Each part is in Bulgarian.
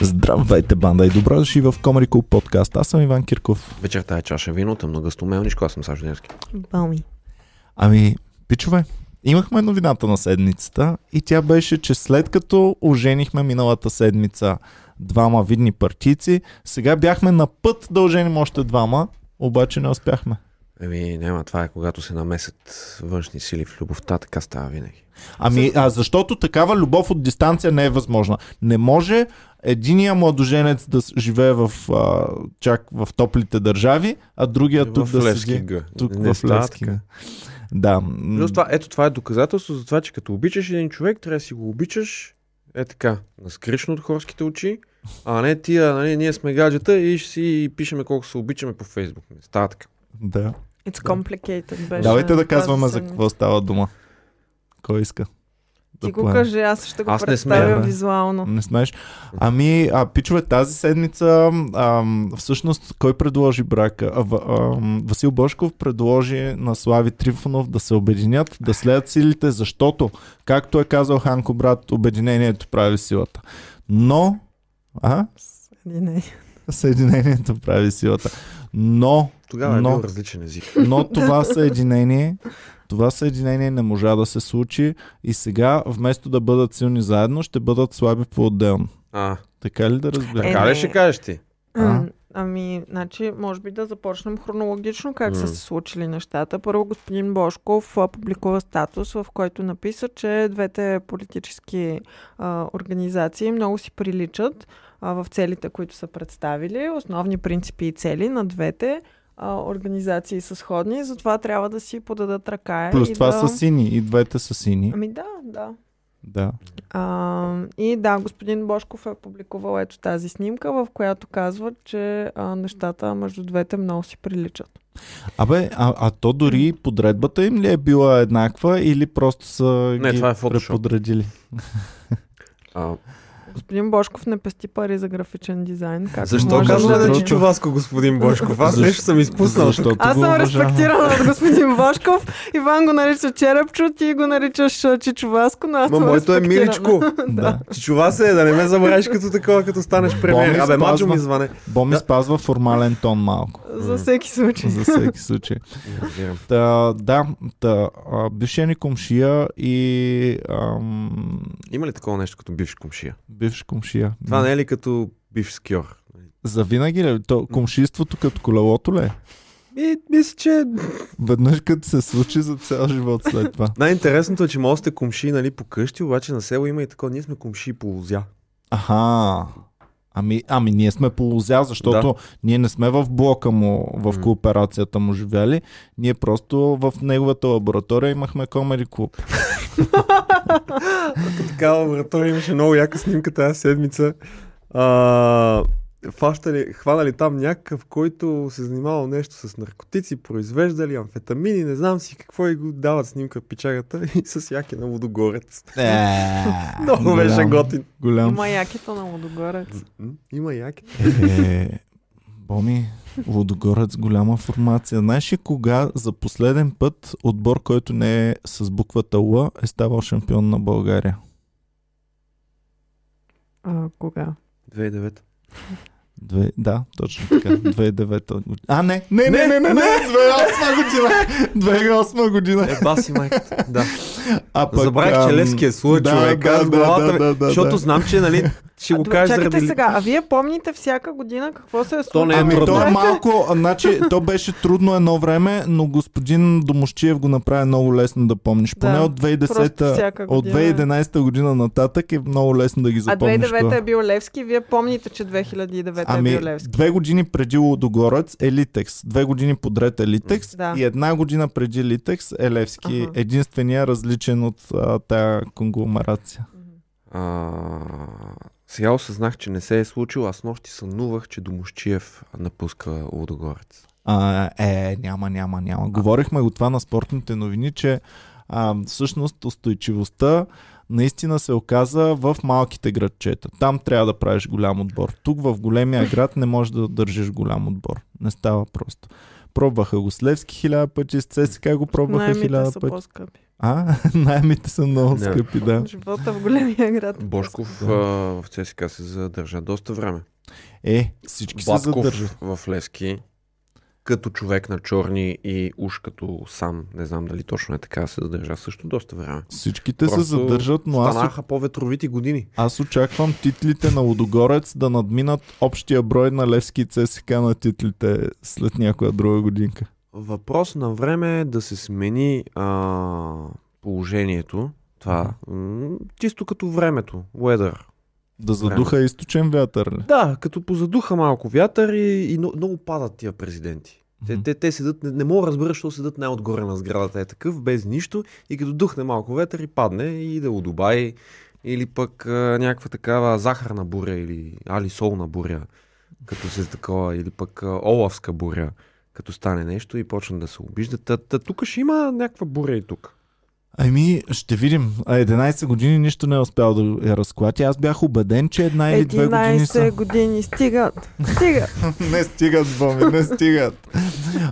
Здравейте, банда и добро дошли в Comedy Club подкаст. Аз съм Иван Кирков. Вечерта е чаша вино, тъмно мелничко, аз съм Сашо Деневски. Боми. Ами, пичове, имахме новината на седмицата и тя беше, че след като оженихме миналата седмица двама видни партийци, сега бяхме на път да оженим още двама, обаче не успяхме. Еми, няма, това е когато се намесят външни сили в любовта, така става винаги. Ами, а защото такава любов от дистанция не е възможна. Не може единия младоженец да с- живее в, а, чак в топлите държави, а Е, другия тук да седи. Левскинга. Тук Не в става Левски. така. Да. Плюс това, ето това е доказателство за това, че като обичаш един човек, трябва да си го обичаш е така, наскришно от хорските очи, а не тия, нали, ние сме гаджета и ще си пишеме колко се обичаме по Фейсбук. Не става така. Да. It's complicated беше. Давайте да това казваме за заседание. какво става дума. Кой иска? Ти го поеме? кажи, аз ще го Аз не смея, представя бе. визуално. Не знаеш. Ами, а, пичове, тази седмица, ам, всъщност, кой предложи брака? А, в, ам, Васил Бошков предложи на Слави Трифонов да се обединят, да следят силите, защото, както е казал Ханко брат, обединението прави силата. Но, а, Не. съединението прави силата. Но, Тогава Но- е бил различен език. но това съединение, това съединение не можа да се случи и сега вместо да бъдат силни заедно, ще бъдат слаби по-отделно. А, Така ли да разбера? така ли не. ще кажеш ти? А? М, Ами, значи, може би да започнем хронологично как М. са се случили нещата. Първо господин Бошков а, публикува статус, в който написа, че двете политически а, организации много си приличат а, в целите, които са представили, основни принципи и цели на двете а, организации са сходни, затова трябва да си подадат ръка. Плюс и това Ами да... са сини, и двете са сини. Ами да, да. Да. А, и да, господин Бошков е публикувал ето тази снимка, в която казва, че а, нещата между двете много си приличат. Абе, а, а то дори подредбата им ли е била еднаква или просто са Не, ги това е фотошоп. преподредили? А, Господин Бошков не пести пари за графичен дизайн. Как защо може казвате да другото? ти чуваско, господин Бошков? Аз Защо- нещо съм изпуснал. Защото Аз го съм уважавам. респектирана от господин Бошков. Иван го нарича Черепчо, ти го наричаш а, Чичоваско, но аз Ма съм моето е респектирана. миличко. Да. Чува се, да не ме забравиш като такова, като станеш премиер. Боми Абе, мачо спазва. ми звъне. Боми Да. спазва формален тон малко. За всеки случай. За всеки случай. Та, да, та, а, бившия ни комшия и ам, Има ли такова нещо като бивш комшия? бивш комшия. Това не е ли като бивш скьор? За винаги ли? То, комшийството като колелото ли? е? И мисля, че Веднъж като се случи за цял живот след това. най-интересното е, че може да сте комши нали, по къщи, обаче на село има и такова. Ние сме комши по лузя. Аха. Ами, ами ние сме по лузя, защото да. ние не сме в блока му, в М. кооперацията му живяли. Ние просто в неговата лаборатория имахме комери клуб. Така, лаборатория имаше много яка снимка тази седмица. А, фащали, хванали там някакъв, който се занимавал нещо с наркотици, произвеждали амфетамини, не знам си какво и го дават снимка печагата и с яки на водогорец. Е, Много беше Е, Голям, готин. Голям. Има якито на Лодогорец. М, Има яки. Е, Боми, Лодогорец, голяма формация. Знаеш ли кога за последен път отбор, който не е с буквата Л, е ставал шампион на България? А, кога? 2009. Две... Да, точно така. 2009 година. А, не! Не, не, не, не, не! 2008 година! 2008 година! Е, баси майката. Да. А пък, Забравих, че ам, Левски е слуя да, човек. да, аз да, главата да, ми- да, да, защото да. знам, че нали, ще го Д- кажа Чакайте заради... сега, а вие помните всяка година какво се е То случило? не е Ами трудно. то е малко, а, значи то беше трудно едно време, но господин Домощиев го направи много лесно да помниш. Поне Да, от 2010 всяка от 2011 година нататък е много лесно да ги А запомниш. 2009 това. е бил Левски, вие помните, че 2009 е Ами, бил Левски. две години преди Лодогорец е Литекс. Две години подред е Литекс. Да. И една година преди Литекс е Левски. Аха. Единствения различен от а, тая конгломерация. А, сега осъзнах, че не се е случило. Аз нощи сънувах, че Домощиев напуска Лудогорец. А, е, няма, няма, няма. Говорихме го това на спортните новини, че а, всъщност устойчивостта наистина се оказа в малките градчета. Там трябва да правиш голям отбор. Тук в големия град не можеш да държиш голям отбор. Не става просто. Пробваха го с Левски хиляда пъти, с ЦСКА го пробваха Наймите хиляда са пъти. по-скъпи. А, наймите са много Да. скъпи, да. Живота в големия град. е Бошков Да. а, в ЦСКА се задържа доста време. Е, всички се задържат. Батков в Левски, като човек на черни и уж като сам, не знам дали точно е така, се задържа също доста време. Всичките се Просто задържат, но аз Станаха по-ветровити години. Аз очаквам титлите на Лодогорец да надминат общия брой на Левски и ЦСК на титлите след някоя друга годинка. Въпрос на време е да се смени а, положението. Това м- чисто като времето, weather. Да задуха източен вятър ли? Да, като позадуха малко вятър и, и но- много падат тия президенти. Те, Мгм. те, те седат, не, не мога да разбера, защо седат най-отгоре на сградата е такъв, без нищо, и като духне малко вятър и падне и да у Дубай, или пък а, някаква такава захарна буря, или али солна буря, като се такова, или пък а, олавска буря, като стане нещо и почне да се обижда. Та, та, тук ще има някаква буря и тук. Ами, ще видим. А 11 години нищо не е успял да я разклати. Аз бях убеден, че една или две години 11 са. години стигат. Стигат. не стигат, Боми, не стигат.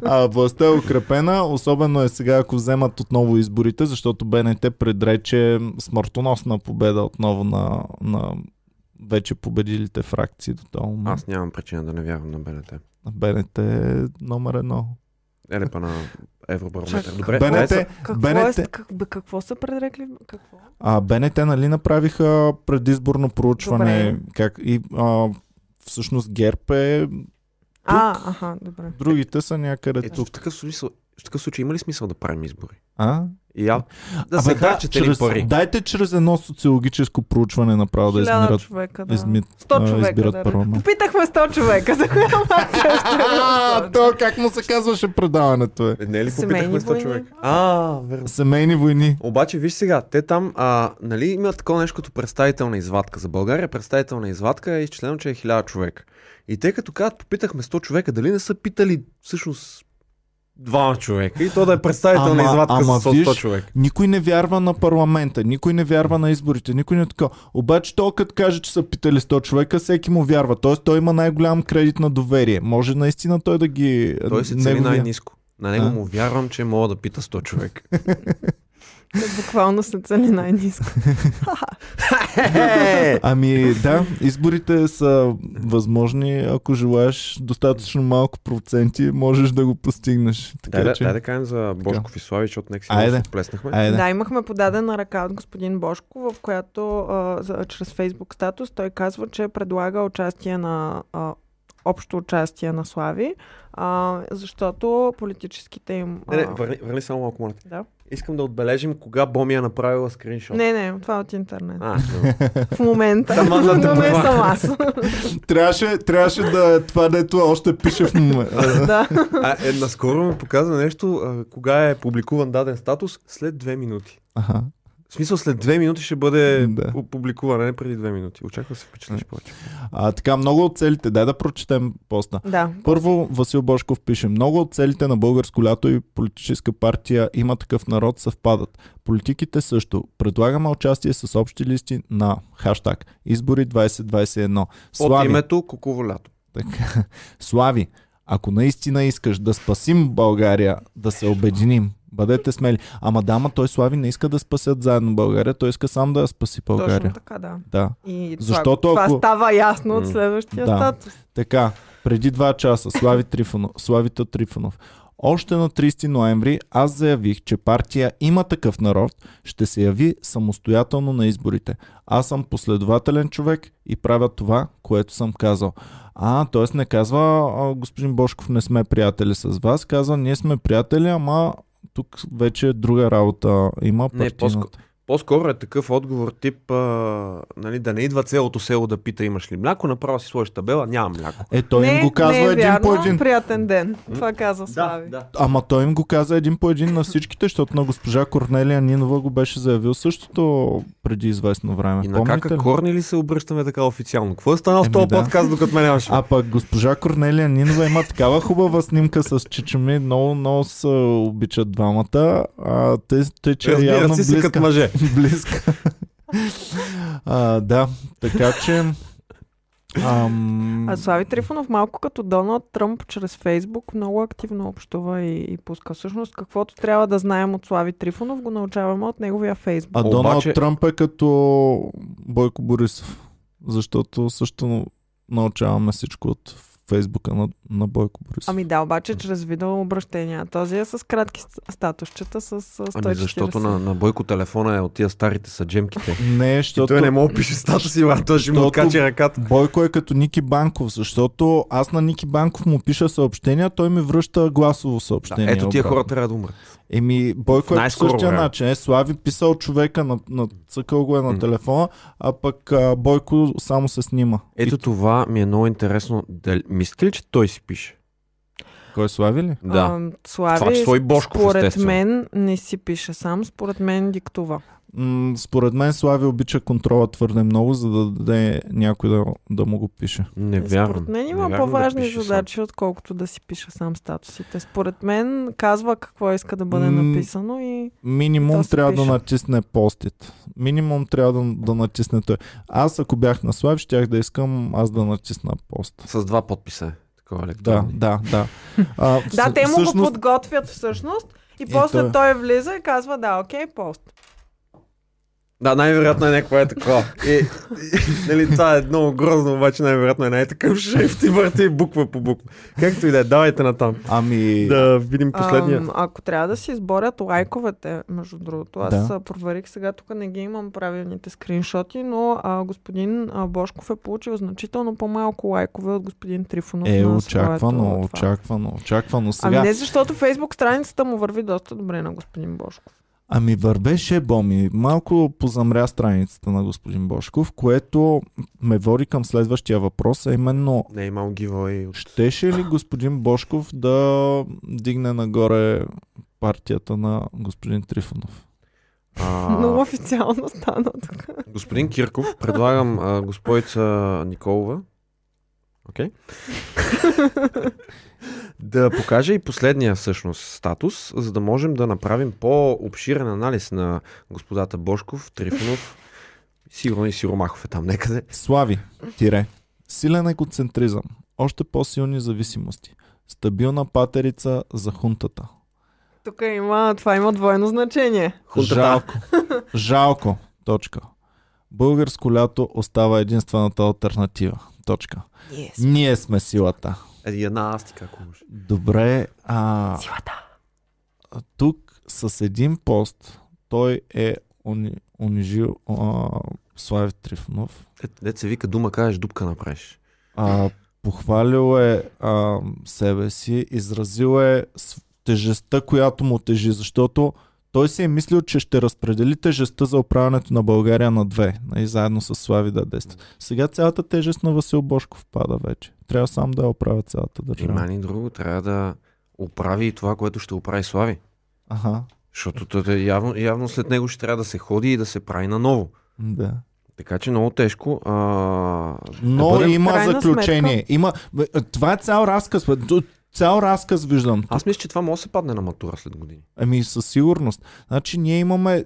А, властта е укрепена, особено е сега, ако вземат отново изборите, защото БНТ предрече смъртоносна победа отново на, на вече победилите фракции до този момент. Аз нямам причина да не вярвам на БНТ. На БНТ е номер едно. Елепа на Евробарометър. Чак, Добре, БНТ това е са- Какво, БНТ. е, как, бе, какво са предрекли? Какво? А БНТ нали направиха предизборно проучване Добре. как, и а, всъщност ГЕРБ е, А, аха, добре. другите са някъде Ето, е тук. е В, такъв смисъл, в такъв случай има ли смисъл да правим избори? А? И я, да се харчат ли чрез, пари? дайте чрез едно социологическо проучване направо да Хиляда измират, човека, да. да. измит, 100 а, човека, избират да. парламент. Попитахме 100 човека, за коя партия ще е. А, гласуват. то как му се казваше предаването е? Не е ли Семейни попитахме 100 войни. човека? А, верно. Семейни войни. Обаче, виж сега, те там, а, нали, има такова нещо като представителна извадка. За България представителна извадка е изчислено, че е 1000 човека. И те като казват, попитахме 100 човека, дали не са питали всъщност двама човека и то да е представителна Ама- извадка ама за 100, виж, човека. Никой не вярва на парламента, никой не вярва на изборите, никой не е така. Обаче той като каже, че са питали 100 човека, всеки му вярва. Тоест той има най-голям кредит на доверие. Може наистина той да ги... Той се цени неговия- най-низко. На него е. А? му вярвам, че мога да пита 100 човека. Буквално се цели най-низко. Ами да, изборите са възможни, ако желаеш достатъчно малко проценти, можеш да го постигнеш. Така Дай, да, че... дай да кажем за Бошков и Слави, защото нека си Айде. малко се вплеснахме. Айде. Да, имахме подадена ръка от господин Бошко, в която а, за, чрез Фейсбук статус той казва, че предлага участие на а, общо участие на Слави, а, защото политическите им... Не, не, Нали, а, върни, върни само малко, моля. те. Да. Искам да отбележим кога Боми е направила скриншот. не, не, това е от интернет. А, добре. В момента, Ама за но не това. съм аз. Трябваше, трябваше да е това, дето още пише в момента. да. а, е, наскоро ми показа нещо, а, кога е публикуван даден статус, след две минути. Аха. В смисъл, след две минути ще бъде Да. да. публикуван, а не преди две минути. Очаква да се впечатлиш повече. А, така, много от целите. Дай да прочетем поста. да. Първо, Васил Бошков пише, много от целите на българско лято и политическа партия има такъв народ съвпадат. Политиките също. Предлагаме участие с общи листи на хаштаг избори 2021. Под Слави, името Куково лято. така, Слави, ако наистина искаш да спасим България, да се обединим, бъдете смели. Ама дама, той Слави не иска да спасят заедно България, той иска сам да я спаси България. Точно така, да. Да. И Защото това, ако- това става ясно от М, следващия да. статус. Така, преди два часа Слави Трифонов, Славита Трифонов. Още на 30 ноември аз заявих, че партия има такъв народ, ще се яви самостоятелно на изборите. Аз съм последователен човек и правя това, което съм казал. А, т.е. не казва, а, господин Бошков, не сме приятели с вас, казва, ние сме приятели, ама тук вече друга работа има. Не, партийната. по-ско- По-скоро е такъв отговор тип, а, нали, да не идва цялото село да пита имаш ли мляко, направо си сложиш табела, нямам мляко. Е, той не, им го казва не е един вярно, по един. Приятен ден. Това каза Слави. да. Ама той им го каза един по един на всичките, защото на госпожа Корнелия Нинова го беше заявил същото преди известно време. И на Помните кака ли? корни ли се обръщаме така официално? Какво е станало в Еми този да. подкаст, докато ме нямаше? А пък госпожа Корнелия Нинова има такава хубава снимка с чичами, много, много се обичат двамата. А, те, те че е Разбира явно се, си близка. като мъже. близка. а, да, така че Ам, А Слави Трифонов малко като Доналд Тръмп чрез Фейсбук много активно общува и, и пуска. Всъщност каквото трябва да знаем от Слави Трифонов го научаваме от неговия Фейсбук. а Обаче- Доналд Тръмп е като Бойко Борисов, защото също научаваме всичко от Фейсбука на, на Бойко Борисов. Ами да, обаче чрез видеообращения. Този е с кратки ст- статусчета с а, 140. Ами защото на, на Бойко телефона е от тия старите са джемките. Защото... Не, защото Той не мога пише статуси, а той ще му Защото- откачи ръката. Бойко е като Ники Банков, защото аз на Ники Банков му пиша съобщения, той ми връща гласово съобщение. Ето тия обратно. хора трябва да умрат. Еми, Бойко е по Най-скоро същия време. начин. Е, Слави писал човека на, на цъкъл го е на М. телефона, а пък а, Бойко само се снима. Ето това ми е много интересно. Дали, мислите ли, че той си пише? Кой е Слави ли? Да. А, Слави, Това число и Божков, според естествено. мен не си пише сам, според мен диктува. М- според мен Слави обича контрола твърде много, за да даде някой да, да му го пише. Не вярвам. Според мен Не има вярвам да по-важни пише сам. задачи, отколкото да си пише сам статусите. Според мен казва какво иска да бъде М, написано и Минимум То се трябва да пише. натисне постит. Минимум трябва да, да натисне той. Аз ако бях на Слави, щях да искам аз да натисна пост. С два подписа. е. Такова Да, електронни. да, да. А, Да, всъ- те му го Е, всъщност, подготвят всъщност и после той- той... влиза и казва да, окей, пост. Да, най-вероятно е някаква е такова. И, и, нали, това е много грозно, обаче най-вероятно е най-такъв шрифт и върти буква по буква. Както и да е, давайте натам. Ами, Да видим последния. Ам, ако трябва да си изборят лайковете, между другото, аз Да. да. проверих сега, тук не ги имам правилните скриншоти, но а, господин а, Бошков е получил значително по-малко лайкове от господин Трифонов. е на своето очаквано, това. очаквано, очаквано. Сега, Ами не, защото Фейсбук страницата му върви доста добре на господин Бошков. Ами вървеше Боми. Малко позамря страницата на господин Бошков, което ме води към следващия въпрос, а именно Не е имал гивой от щеше ли господин Бошков да дигне нагоре партията на господин Трифонов? А, Но официално стана тук. господин Кирков, предлагам а, господица Николова Окей. да покаже и последния всъщност статус, за да можем да направим по-обширен анализ на господата Бошков, Трифонов, сигурно и Сиромахов е там някъде. Слави, тире. Силен екоцентризъм, още по-силни зависимости, стабилна патерица за хунтата. Тук има, това има двойно значение. Хунтата. Жалко. Жалко. Точка. Българско лято остава единствената альтернатива. Точка. Yes. Ние сме силата. Е, и една астика, ако може. Добре, а Силата. тук с един пост той е уни, унижил а, Слави Трифонов. Е, дет се вика дума, кажеш дупка направиш. А, похвалил е а, себе си, изразил е с- тежестта, която му тежи, защото той си е мислил, че ще разпредели тежестта за управянето на България на две, и заедно с Слави да действа. Сега цялата тежест на Васил Бошков пада вече. Трябва сам да я оправя цялата Има държава. ни друго, трябва да оправи и това, което ще оправи Слави. Аха, Защото тът е явно, явно след него ще трябва да се ходи и да се прави наново. да. Така че много тежко. А... Но Да да бъдем в има крайна заключение. Има... бе, Това е цял разказ. бе. Ту- Цял разказ виждам. Аз мисля, че това може да се падне на матура след години. Ами със сигурност. Значи ние имаме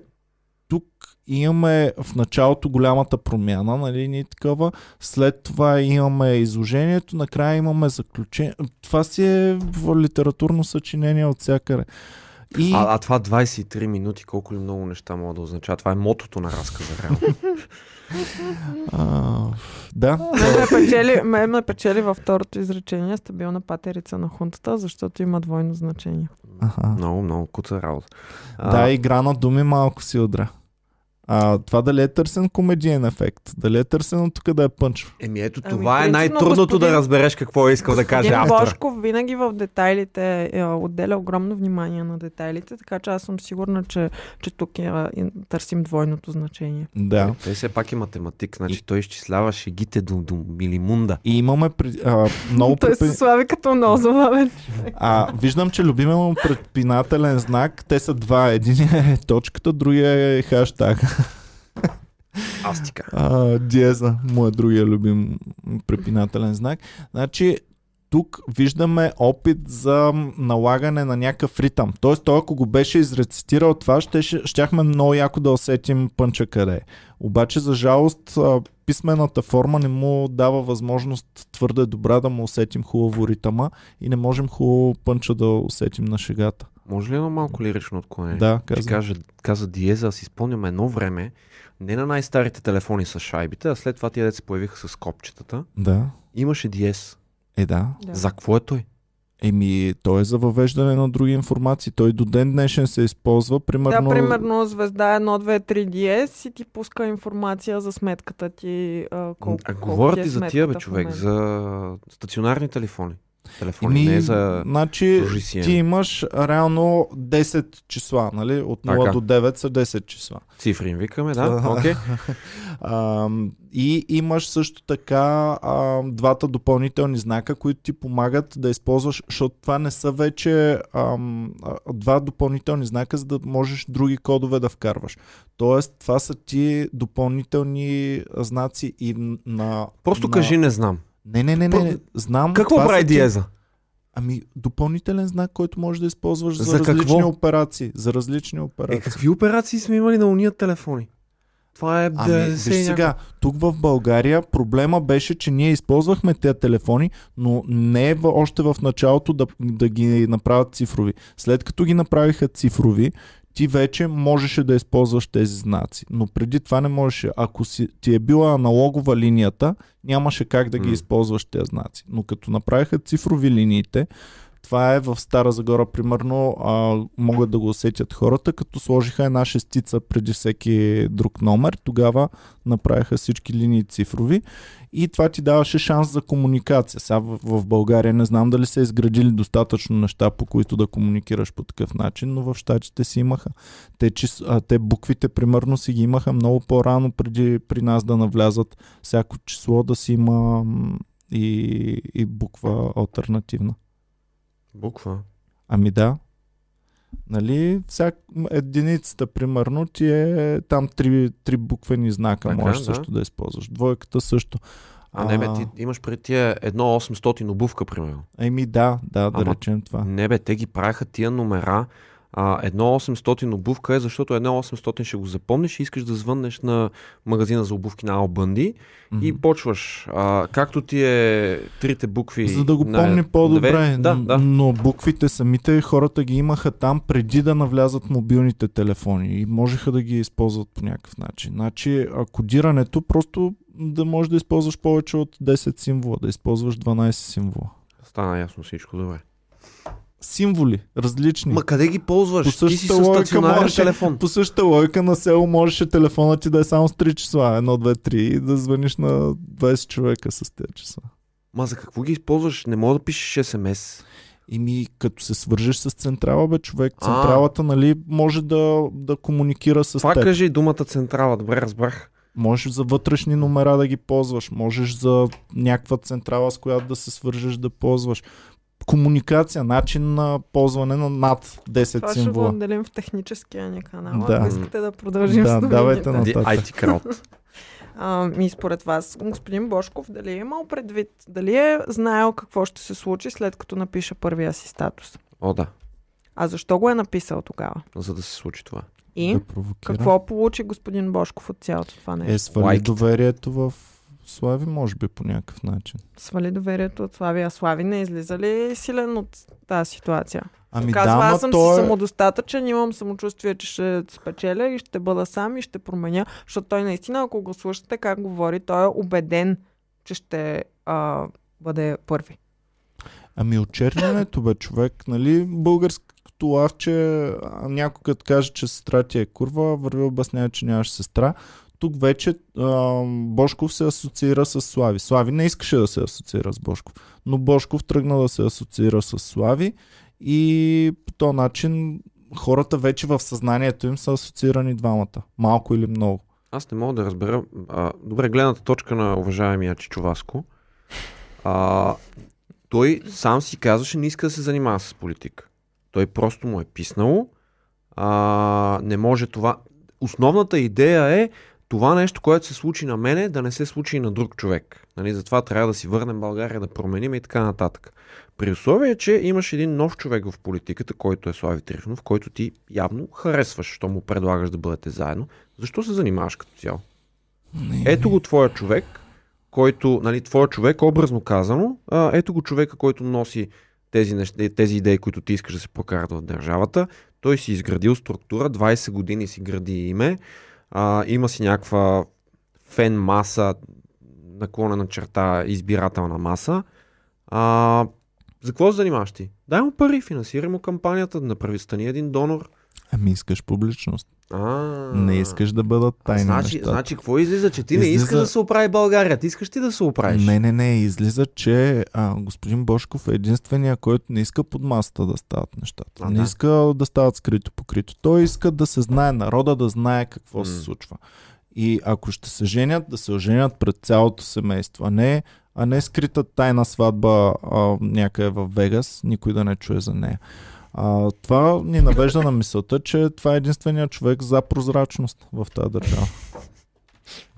тук имаме в началото голямата промяна, нали, ни такава. След това имаме изложението, накрая имаме заключение. Това си е в литературно съчинение от всякъде. И... А, а това 23 минути, колко ли много неща могат да означава. Това е мотото на разказа, реално. А, да. Мен ме печели, мен ме печели във второто изречение стабилна патерица на хунтата, защото има двойно значение. Аха. много, много куца работа. Да, игра на думи малко си удра. А, това дали е търсен комедиен ефект? Дали е търсено тук да е пънч? Еми ето Ами, това е принципно, най-трудното господин- да разбереш какво е искал да каже Господин автора. Бошков винаги в детайлите е, отделя огромно внимание на детайлите, така че аз съм сигурна, че, че тук е, е, търсим двойното значение. Да. Той все пак е математик, значи той изчислява шегите до, до милимунда. И имаме при, а, много Той се препи- слави като много забавен. а, виждам, че любимия му предпинателен знак, те са два. Един е точката, другия е хаштаг. Астика. А, диеза му е другия любим препинателен знак. Значи тук виждаме опит за налагане на някакъв ритъм. Тоест, той ако го беше изрецитирал това, ще, щяхме много яко да усетим пънча къде. е. Обаче, за жалост, а, писмената форма не му дава възможност твърде добра да му усетим хубаво ритъма и не можем хубаво пънча да усетим на шегата. Може ли едно малко лирично отклонение? Да, Ще казвам. кажа, каза Диеза, аз си спомням едно време, не на най-старите телефони с шайбите, а след това тия деца се появиха с копчетата. Да, Имаше Диез. е да. Да. За какво е той? Еми, той е за въвеждане на други информации. Той до ден днешен се използва, примерно... Да, примерно звезда 1, 2, 3 DS и ти пуска информация за сметката ти, а, колко, а, колко говоря ти е ти за тия, бе, сметката в човек, момента. за стационарни телефони. Телефони, Еми, не за... значи, дружи си, ти е. имаш реално 10 числа, нали? От 0 Така. до 9 са 10 числа. Цифри им викаме, да? Окей. А, и имаш също така а, двата допълнителни знака, които ти помагат да използваш, защото това не са вече ам, а, два допълнителни знака, за да можеш други кодове да вкарваш. Тоест, това са ти допълнителни а, знаци и м- на... Просто на... кажи, не знам. Не, не, не, не, не. Про- знам. Какво това прави са ти- Диеза? Е, Ами, допълнителен знак, който можеш да използваш за, За какво? различни операции. За различни Е, операции. какви операции сме имали на уния телефони? Това е... Ами, виж 90 и някакво. сега, тук в България проблема беше, че ние използвахме тези телефони, но не е в- още в началото да, да ги направят цифрови. След като ги направиха цифрови, ти вече можеше да използваш тези знаци. Но преди това не можеше. Ако си, ти е била аналогова линията, нямаше как да ги М. използваш тези знаци. Но като направиха цифрови линиите, това е в Стара Загора, примерно, а, могат да го усетят хората, като сложиха една шестица преди всеки друг номер. Тогава направиха всички линии цифрови и това ти даваше шанс за комуникация. Сега в, в България не знам дали са изградили достатъчно неща, по които да комуникираш по такъв начин, но в щатите си имаха. Те, чис, а, те буквите, примерно, си ги имаха много по-рано преди при нас да навлязат всяко число да си има м, и, и буква альтернативна. Буква. Ами да. Нали, всяк, м, единицата, примерно, ти е там три, три буквени знака, Така, можеш да. също да използваш. Двойката също. А, не бе, ти имаш пред тия едно 800 обувка, примерно. Еми да, да, да Ама- речем това. Не бе, те ги правиха тия номера. А, едно 800 обувка е, защото едно 800 ще го запомниш и искаш да звъннеш на магазина за обувки на Ал Бънди и Мгм. почваш. А, както ти е трите букви... За да го на помни две- по-добре. Да, н- да. Но буквите самите хората ги имаха там преди да навлязат мобилните телефони и можеха да ги използват по някакъв начин. Значи а, кодирането просто да можеш да използваш повече от 10 символа, да използваш 12 символа. Стана ясно всичко, добре. Символи, различни. Ма къде ги По ползваш? Ти си същата с логика стационарен можеше- телефон. По същата логика на село можеше телефона ти да е само с 3 числа. 1, 2, 3 и да звъниш на 20 човека с тези числа. Ма за какво ги използваш? Не мога да пишеш СМС. Ими, като се свържеш с централа, бе, човек, А. централата, нали, може да, да комуникира с Това теб. кажи думата централа, добре разбрах. Можеш за вътрешни номера да ги ползваш, можеш за някаква централа, с която да се свържеш да ползваш. Комуникация, начин на ползване на над 10 Това ще го символа. отделим в техническия ни канал. Да. Ако искате да продължим Да, с новините. давайте на- Ди- Нататък. IT кралт. А, и според вас, господин Бошков, дали е имал предвид, дали е знаел какво ще се случи след като напише първия си статус? О, да. А защо го е написал тогава? за да се случи това. И Да провокира. какво получи господин Бошков от цялото това нещо? Е, свали Лайките. доверието в Слави, може би, по някакъв начин. Свали доверието от Слави. А Слави не излиза ли силен от тази ситуация? Ами Казва, да, ама аз съм той... си е- самодостатъчен, имам самочувствие, че ще спечеля и ще бъда сам и ще променя. Защото той наистина, ако го слушате как говори, той е убеден, че ще а, бъде първи. Ами очернянето бе, човек, нали, българското лавче, а, някой като каже, че сестра ти е курва, върви обяснява, че нямаш сестра. Тук вече а, Бошков се асоциира с Слави. Слави не искаше да се асоциира с Бошков, но Бошков тръгна да се асоциира с Слави и по този начин хората вече в съзнанието им са асоциирани двамата. Малко или много. Аз не мога да разбера. А, добре, гледната точка на уважаемия Чичоваско. А, той сам си казваше, не иска да се занимава с политика. Той просто му е писнало. А, не може това. Основната идея е това нещо, което се случи на мене, да не се случи и на друг човек. Нали, затова трябва да си върнем България, да променим и така нататък. При условие, че имаш един нов човек в политиката, който е Слави Трифонов, който ти явно харесваш, що му предлагаш да бъдете заедно, защо се занимаваш като цяло? Ето го твоя човек, който, нали, твоя човек, образно казано, а, ето го човека, който носи тези, неща, тези идеи, които ти искаш да се прокарат в държавата. Той си изградил структура, 20 години си гради име, а, има си някаква фен маса, наклонена черта, избирателна маса. А, за какво се занимаваш ти? Дай му пари, финансирай му кампанията, направи стани един донор. Ами искаш публичност. А, Не искаш да бъдат тайни Значи, нещата. значи, какво излиза, че ти не Излиза- искаш да се оправи България, ти искаш ти да се оправиш. Не, не, не. Излиза, че а, господин Бошков е единствения, който не иска под масата да стават нещата. А, не да. иска да стават скрито покрито. Той иска да се знае народа, да знае какво М. се случва. И ако ще се женят, да се оженят пред цялото семейство, а не, а не скрита тайна сватба а, някъде в Вегас, никой да не чуе за нея. А, това ни навежда на мисълта, че това е единственият човек за прозрачност в тази държава.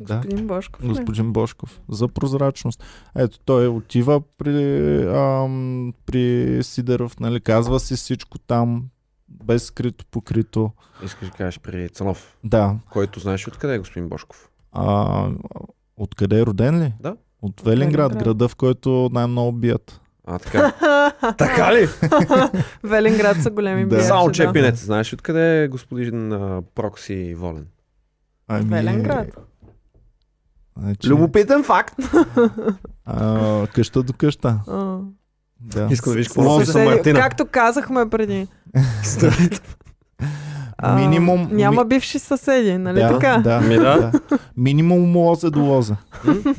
Да. Господин Бошков. ли? Господин Бошков. За прозрачност. Ето, той отива при, ам, при Сидеров, нали, казва си всичко там, без скрито покрито. Искаш да кажеш при Цанов, Да. който знаеш откъде е господин Бошков. А, откъде е роден ли? Да. От Велинград, Велинград. града, в който най-много бият. А, така. така ли? Велинград са големи Да. биячи, да. Само е чепинец. Знаеш откъде е господин а, Прокси Волен? Ами, Велинград. Значи, Любопитен факт. а, къща до къща. А. Да. Искам да виж какво Лоза. написа Съседи- Мартина. Както казахме преди. а, Минимум. Няма бивши съседи, нали да, така? Да, Ми да. да. Минимум лозе до лоза.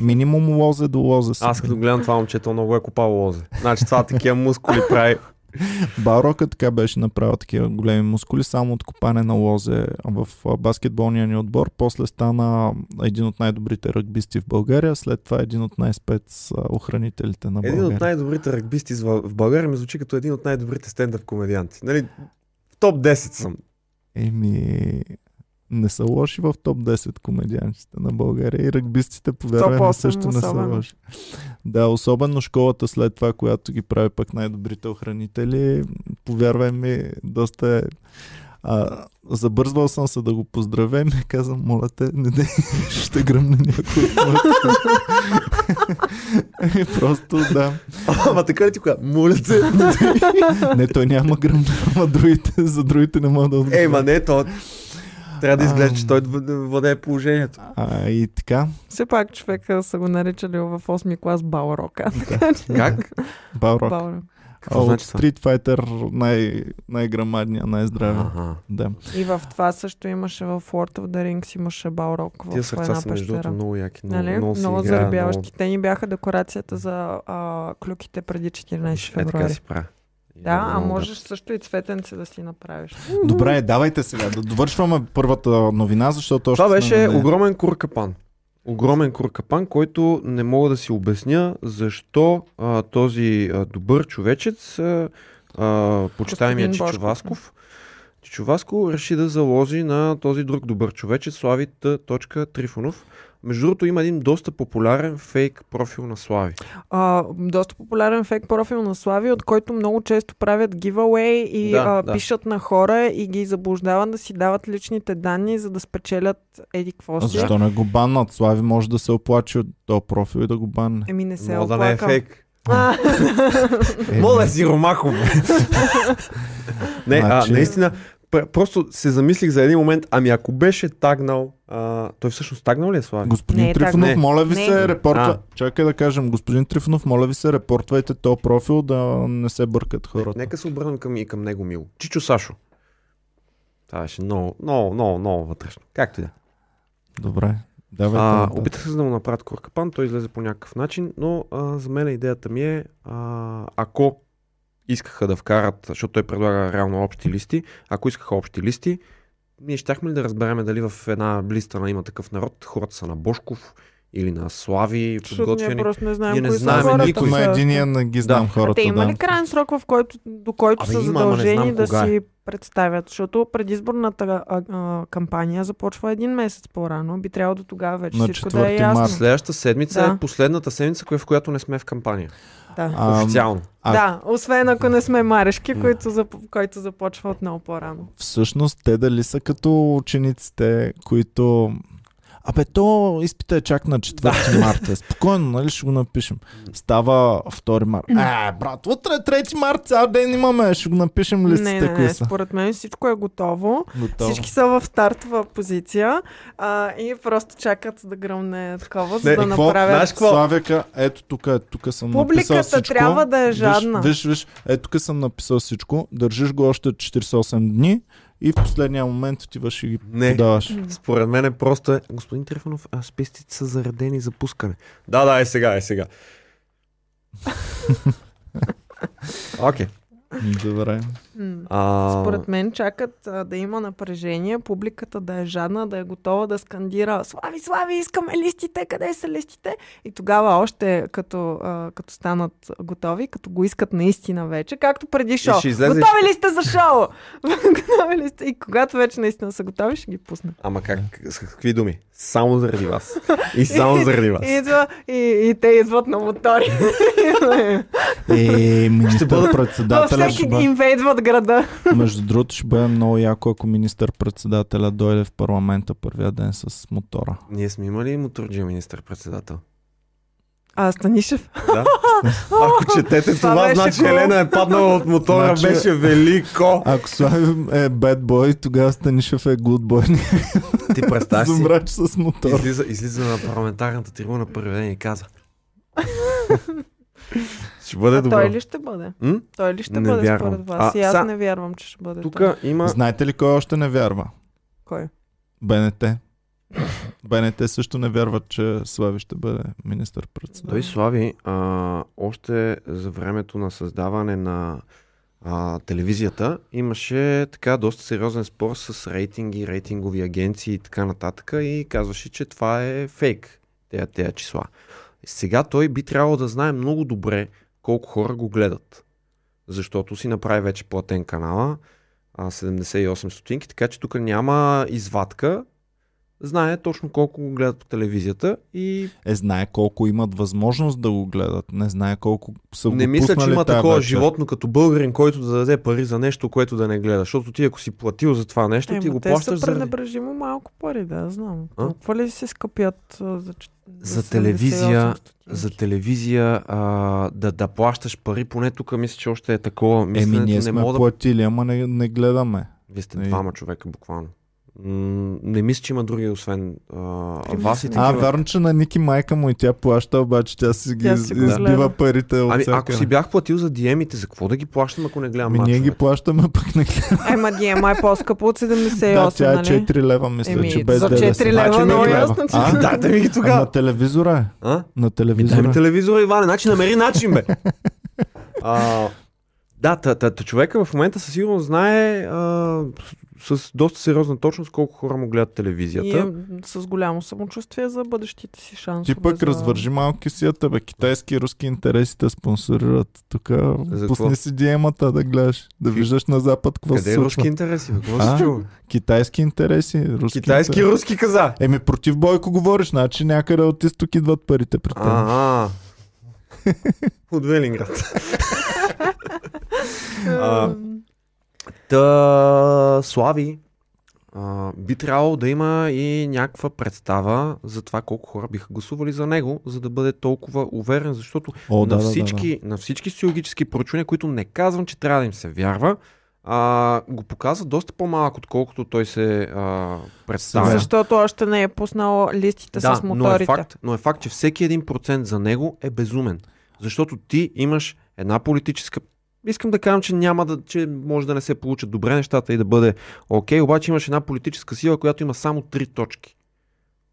Минимум лозе до лоза. си. Аз като гледам това момчето, много е копало лозе. Значи това такива мускули прави. Барока така беше направил такива големи мускули, само от копане на лозе в а, баскетболния ни отбор. После стана един от най-добрите ръгбисти в България, след това един от най-спец а, охранителите на Един от България. най-добрите ръгбисти с- в България ми звучи като един от най-добрите стендъп комедианти. Нали, в топ 10 съм. Еми, не са лоши в топ 10 комедианците на България и ръгбистите, повярвай, Топ ми, осем също не са особено. лоши. Да, особено школата след това, която ги прави пък най-добрите охранители, повярвай ми, доста е а, забързвал съм се да го поздравя и ми казвам, моля те, не дей, ще гръмне някой от моите. И Просто да. Ама така ли ти коя? Моля се. Не, той няма гръм, ама другите, за другите не мога Е, да отговоря. Ей, Е, ма не, то... Трябва да изглежда, че Ам. той в- владее положението. А, и така, Все пак човека са го наричали в 8-ми клас Балрока. Така че- Как? Балрок. Балрок. А Какво от значи това? Street Fighter най- най-грамадния, най-здравия. Ага. Да. И в това също имаше в Lord of the Rings имаше Балрок в Тия е една сърца са между другото пещера. много яки. Много, Нали? много, Много, се много играе, заребяващи. Те ни бяха декорацията за а, клюките преди 14 Е, така февруари. си правя. да, а можеш също и цветенце да си направиш. Добре, давайте сега да довършваме първата новина, защото още Това беше сме нали? на- огромен куркапан. Огромен куркапан, който не мога да си обясня защо а, този а, добър човечец, а, а, почитаемия Господин Божков, Чичо Васков, Чичо Васко реши да заложи на този друг добър човечец, Слави Т. Трифонов. Между другото има един доста популярен фейк профил на Слави. А, доста популярен фейк профил на Слави, от който много често правят giveaway и Да, а, да. пишат на хора и ги заблуждават да си дават личните данни, за да спечелят еди какво А си. Защо не го баннат? Слави може да се оплачи от този профил и да го банне. Еми не се Мога да не е оплакам. фейк. А, Е, Моля си, Ромахов! не, Значи- а, наистина, пр- просто се замислих за един момент, ами ако беше тагнал, а, той всъщност тагнал ли е Слави? Господин Не е Трифонов, така. моля ви Не. се, репортва... А. Чакай да кажем, господин Трифонов, моля ви се, репортвайте то профил, да не се бъркат хората. Нека се обърнем към, и към него, мило. Чичо Сашо. Това беше много, много, много, много вътрешно. Както и да. Добре, давайте. А, нататък. опитах се да му направят куркапан, той излезе по някакъв начин, но а, за мен идеята ми е, а, ако искаха да вкарат, защото той предлага реално общи листи, ако искаха общи листи, ние щяхме ли да разбереме дали в една листа на има такъв народ, хората са на Бошков или на слави, Защото ние подготвени. просто не знаем Ние не кои са знаем хората. никой. Нито на са. единия не ги знам Да. хората. Те има да. ли крайен срок, в който, до който Абе, са има, ама не задължени знам да кога е. си представят? Защото предизборната а, а, кампания започва един месец по-рано. Би трябвало до тогава вече На всичко да е 4 А март. ясно. следващата седмица Да. е последната седмица, кое- в която не сме в кампания. Да. Ам, Официално. а- да, освен ако не сме марешки, Да. който, зап... който започва отново по-рано. всъщност те дали са като учениците, които... Абе, то изпита е чак на 4 марта. Спокойно, нали ще го напишем. Става 2 марта. А, брат, утре е 3 марта, цял ден имаме. Ще го напишем Не, листите, не, кои не. са. Според мен всичко е готово. Готово. Всички са в стартова позиция а, и просто чакат да гръмне такова, за Не, да Е, какво? направят. Знаеш какво? Славяка, ето тук, е, тук съм написал Публиката всичко. трябва да е жадна. Виж, виж, виж, ето тук съм написал всичко. Държиш го още 48 дни и в последния момент отиваш и ги Не. подаваш. Според мен е просто е... Господин Трифонов, а спестите са заредени за пускане. Да, да, е сега, е сега. Окей. Добре. М. А, Според мен чакат а, да има напрежение, публиката да е жадна, да е готова да скандира Слави, Слави, искаме листите, къде са листите? И тогава още като, а, като станат готови, като го искат наистина вече, както преди шоу. ще излезеш- Готови ли сте за шоу? готови ли сте? И когато вече наистина са готови, ще ги пусна. Ама как? С какви думи? Само заради вас. И само заради вас. И, идва, и, и те идват на мотори. Е, Във министър-председателя всеки ще бъде. инвейдват града. Между другото ще бъде много яко, ако министър-председателя дойде в парламента първия ден с мотора. Ние сме имали моторджия министър-председател. А, Станишев. Да. Ако четете Това това, беше значи cool. Елена е паднала от мотора. Значи- Беше велико. Ако Слави е bad boy, тогава Станишев е good boy. Ти представяш си, Зумрач с мотор. излиза, излиза на парламентарната трибуна първи ден и каза. Ще бъде а той ли е добро. ще бъде? М? Той ли ще Не бъде вярвам. според вас? А, и аз са- не вярвам, че ще бъде Тук той. има... Знаете ли кой още не вярва? Кой? БНТ. БНТ също не вярват, че Слави ще бъде министър-председател. Той слави а, още за времето на създаване на а, телевизията имаше така доста сериозен спор с рейтинги, рейтингови агенции и така нататък и казваше, че това е фейк, тези, тези числа. Сега той би трябвало да знае много добре колко хора го гледат, защото си направи вече платен канала а, 78 стотинки, така че тук няма извадка, знае точно колко го гледат по телевизията и Е, знае колко имат възможност да го гледат. Не знае колко са го Не мисля, че пуснали има тая такова вечер. животно като българин, който да даде пари за нещо, което да не гледа. Защото ти ако си платил за това нещо, ти го Ема Ами, те плащаш са за... пренебрежимо малко пари, да, знам. А? Какво ли се скъпят а, за, ч- За 78 телевизия, стотинки? За телевизия а, да, да плащаш пари, поне тук мисля, че още е такова. Мисля, Еми, ние не сме мога да... платили, ама не, не гледаме. Вие сте Ей. двама човека буквално. М, не мисля, че има други, освен а, Трима вас и сме. А, такива. вярно, че на Ники майка му и тя плаща, обаче тя си ги Тя из- си го избива гледа. парите от Ами, ако всякъде. си бях платил за диемите, за какво да ги плащам, ако не гледам Ами, ние ги мачове? плащаме пък на Ема диема е по-скъпо от 78, Да, тя е нали? 4 лева, мисля, Еми, че без за ДДС. 4 лева нали? Значи ми много ги ясно, трябва. че- А? е Дайте ми ги А тогава. на телевизора е. А? На Ами, Дай ми телевизора. телевизора, Иване. Значи намери начин, бе. а, да, та, та, та, човека в момента със сигурност знае а, с, с доста сериозна точност колко хора му гледат И е телевизията. с голямо самочувствие за бъдещите си шансове. Ти пък за... развържи малко кисията, бе. Китайски и руски интереси те спонсорират. Тук За пусни какво? си диемата да гледаш, да Ки- виждаш на запад какво се Къде е руски случва. интереси? бе? Какво А? се чува? Китайски интереси, руски Китайски и интереси. руски каза. Еми против Бойко говориш, значи някъде от изток идват парите при теб. А, от Велинград. А, Та, Слави, а, би трябвало да има и някаква представа за това колко хора биха гласували за него, за да бъде толкова уверен, защото О, да, на, да, да, всички, да. на всички социологически проучвания, които не казвам, че трябва да им се вярва, а, го показва доста по-малък, отколкото той се а, представя. Защото още не е пуснал листите да, с но моторите. е, факт, но е факт, че всеки един процент за него е безумен. Защото ти имаш една политическа. Искам да кажа, че няма да, че може да не се получат добре нещата и да бъде окей, обаче имаш една политическа сила, която има само три точки.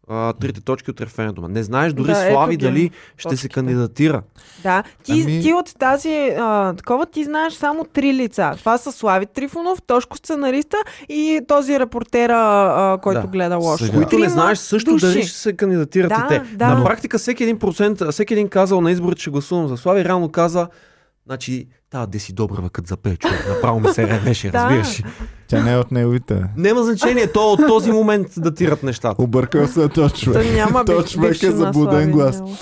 а, трите точки от референдума. Не знаеш дори Да, ето Слави ги дали ще се точките. кандидатира. Да, ти, Ами- ами... ти от тази а, такова ти знаеш само три лица. Това са Слави Трифонов, Тошко сценариста и този репортера, а, който Да. да. гледа лошо. Сега. Които не Трима знаеш също души. дали ще се кандидатират Да, и те. да. На практика всеки един процент, всеки един казал на изборите ще гласувам за Слави, реално каза, значи, та, де си Добрева като запее човек, направо ми се ревеше, Да. разбираш ли. Тя не е от неговите. Няма значение, то от този момент датират нещата. Объркал се този Та човек. няма Той бив- човек е бивши на заблуден Слави, глас. няма.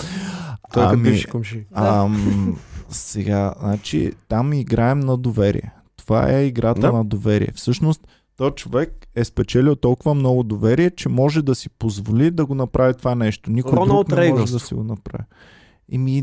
Той е като Ами, бивши комши. Ам, сега, значи, там играем на доверие. Това е играта Да. на доверие. Всъщност, то човек е спечелил толкова много доверие, че може да си позволи да го направи това нещо. Никой Роналд друг не може Рейгън. да си го направи. Ими,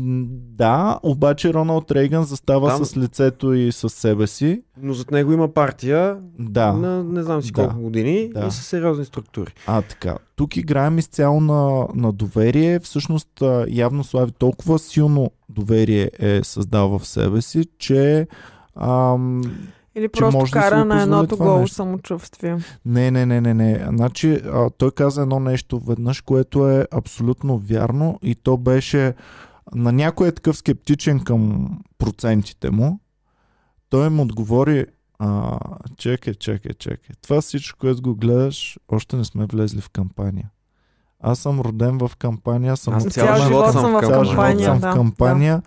да, обаче Роналд Рейган застава Там- с лицето и с себе си. Но зад него има партия Да. на не знам си Да. колко години Да. и са сериозни структури. А, така. Тук играем изцяло на, на доверие. Всъщност, а, явно Слави толкова силно доверие е създал в себе си, че ам, Или че просто може да си кара го на позволи едното това голо нещо. самочувствие. не, не, не, не, не. Значи, а, той каза едно нещо веднъж, което е абсолютно вярно и то беше на някой е такъв скептичен към процентите му. Той им отговори а, чекай, чекай, чекай. Това всичко, което го гледаш, още не сме влезли в кампания. Аз съм роден в кампания, съм Аз от цял Камен- живот съм в цял живот кампания, съм в да, кампания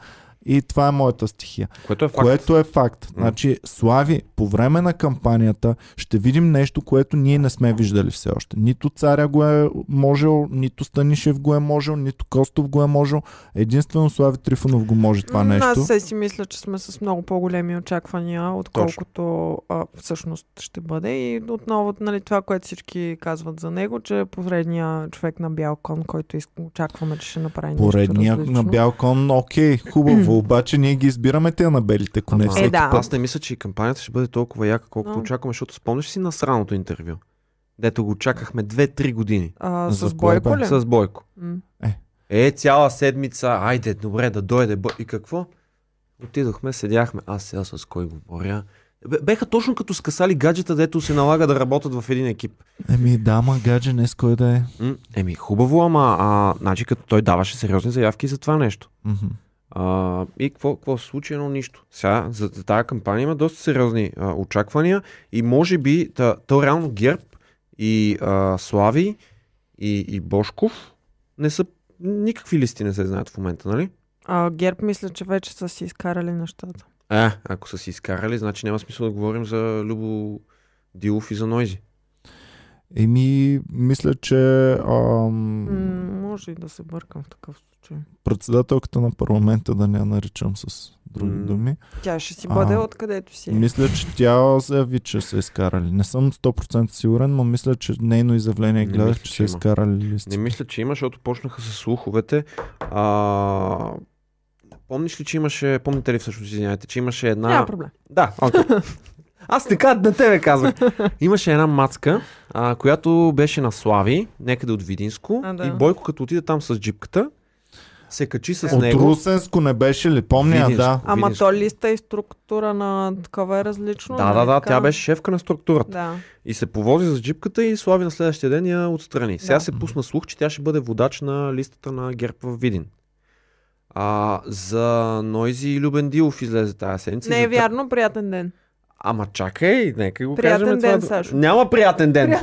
и това е моята стихия. Което е факт. Което е факт. Значи, Слави, по време на кампанията ще видим нещо, което ние не сме виждали все още. Нито царя го е можел, нито Станишев го е можел, нито Костов го е можел. Единствено Слави Трифонов го може това М, нещо. Аз се си мисля, че сме с много по-големи очаквания, отколкото а, всъщност ще бъде. И отново нали, това, което всички казват за него, че е поредния човек на бял кон, който иск- очакваме, че ще направи Поредния нещо различно. на бял кон, окей, хубаво, обаче ние ги избираме те на белите коне. Ама- всеки Е, да. път. Аз не мисля, че кампанията ще бъде толкова яка, колкото Но. очакваме, защото спомняш си на сраното интервю. Дето го чакахме 2-3 години. А, За с кое бе? Бойко ли? С Бойко. М. Е, цяла седмица, айде, добре, да дойде. Бо... И какво? Отидохме, седяхме, аз сега с кой говоря. Бе- Беха точно като скъсали гаджета, дето се налага да работят в един екип. Еми, да, ма, гадже, днес кой да е. М, Еми, хубаво, ама, а, значи като той даваше сериозни заявки за това нещо. Мгм. А, и какво, какво се случи? Едно нищо. Сега за за тази кампания има доста сериозни а, очаквания и може би та, то реално Герб и а, Слави и, и Бошков не са никакви листи не се знаят в момента, нали? А, Герб мисля, че вече са си изкарали нещата. А, Е, ако са си изкарали, значи няма смисъл да говорим за Любо Дилов и за Нойзи. Еми, мисля, че ам, М, може и да се бъркам в такъв случай. председателката на парламента, да не я наричам с други М. думи, Тя ще си А, бъде откъдето си. е. Мисля, че тя заяви, че са изкарали. Не съм 100% сигурен, но мисля, че нейно изявление Не гледах, мисля, че че са има. изкарали Не листи. мисля, че има, защото почнаха с слуховете. А, помниш ли, че имаше, помните ли всъщност, извинявайте, че имаше една... Няма проблем. Да, окей. Аз така на тебе казвах. Имаше една мацка, а, която беше на Слави, някъде от Видинско. А, да. И Бойко, като отиде там с джипката, се качи с От него. Русенско не беше ли? Помня, Видинско. да. Ама Видиш. то листа и структура на такова е различно. е. Да, нали да, да, така? тя беше шефка на структурата. Да. И се повози с джипката и Слави на следващия ден я отстрани. Сега Да. се пусна слух, че тя ще бъде водач на листата на ГЕРБ в Видин. А, за Нойзи и Любен Дилов излезе тази седмица. Не За е та- вярно, приятен ден. Ама чакай, нека го Приятен кажем ден, това. Сашо. Няма приятен ден.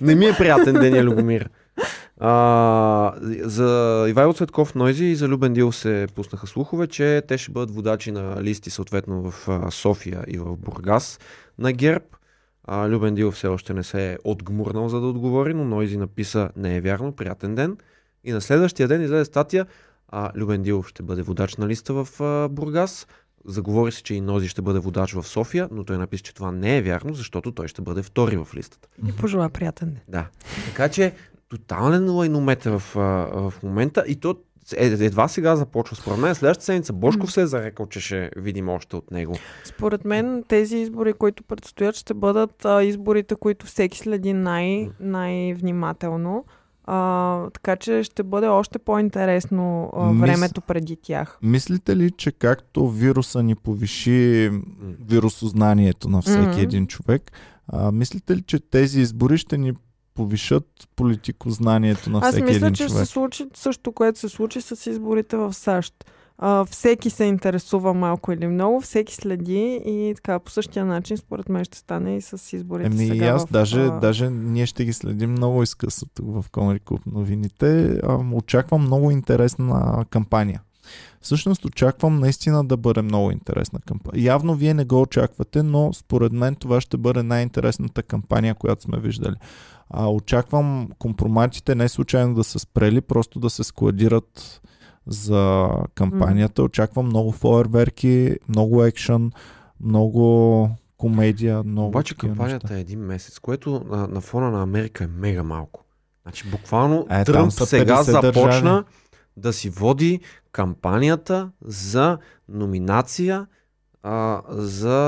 Не ми е приятен ден, я Любомир. А, за Ивайло Цветков Нойзи и за Любен Дил се пуснаха слухове, че те ще бъдат водачи на листи съответно в а, София и в Бургас на ГЕРБ. А, Любен Дил все още не се е отгмурнал за да отговори, но Нойзи написа не е вярно, приятен ден. И на следващия ден излезе статия а, Любен Дилов ще бъде водач на листа в а, Бургас. Заговори се, че и Нози ще бъде водач в София, но той написа, че това не е вярно, защото той ще бъде втори в листата. И пожела приятен ден. Да. Така че тотален лайномет е в, а, в момента и то е, едва сега започва. Според мен следващата седмица Бошков се е зарекал, че ще видим още от него. Според мен тези избори, които предстоят, ще бъдат а, изборите, които всеки следи най- най-внимателно. А, така че ще бъде още по-интересно а, Мис- времето преди тях. Мислите ли, че както вируса ни повиши вирусознанието на всеки Мгм. един човек, а, мислите ли, че тези избори ще ни повишат политикознанието на Аз всеки мисля, един че човек. се случи също, което се случи с изборите в САЩ. А, всеки се интересува малко или много, всеки следи и така по същия начин, според мен, ще стане и с изборите Еми сега. и Ами, аз, в, даже, а, даже ние ще ги следим много изкъсно тук в Комери Клуб новините. Ам, очаквам много интересна кампания. Всъщност очаквам наистина да бъде много интересна кампания. Явно вие не го очаквате, но според мен това ще бъде най-интересната кампания, която сме виждали. А, очаквам компроматите не случайно да са спрели, просто да се складират за кампанията. Очаквам много фойерверки, много екшън, много комедия, много Обаче такива неща. кампанията е един месец, което на, на фона на Америка е мега малко. Значи буквално Е, там е, Тръмп са сега 50 държави. започна да си води кампанията за номинация а, за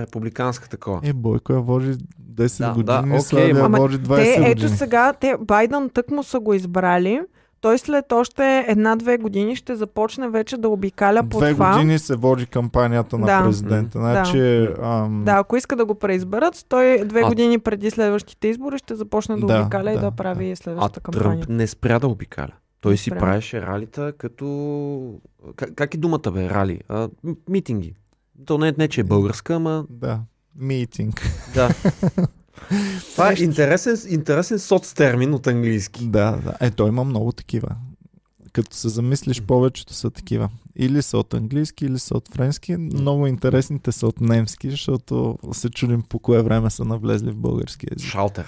републиканската кола. Е, Бойко я вожи 10 Да, години, да, окей, Слави я ама вожи 20 Те, години. ето сега, те, Байден тък му са го избрали. Той след още една-две години ще започне вече да обикаля по Две това. години се води кампанията на Да. президента. Значи, ам, Да, ако иска да го преизберат, той две А- години преди следващите избори ще започне да, Да, обикаля и да, да да. прави А следващата кампания. Тръмп не спря да обикаля. Той Не си спря. правеше ралита като... Как, как е думата бе, рали? А, м- митинги. То не, не че е българска, ама да. Митинг. да. Това е интересен, интересен соцтермин от английски. Да, да. Е, той има много такива. Като се замислиш, повечето са такива. Или са от английски, или са от френски. Много интересните са от немски, защото се чудим по кое време са навлезли в български език. Шалтер.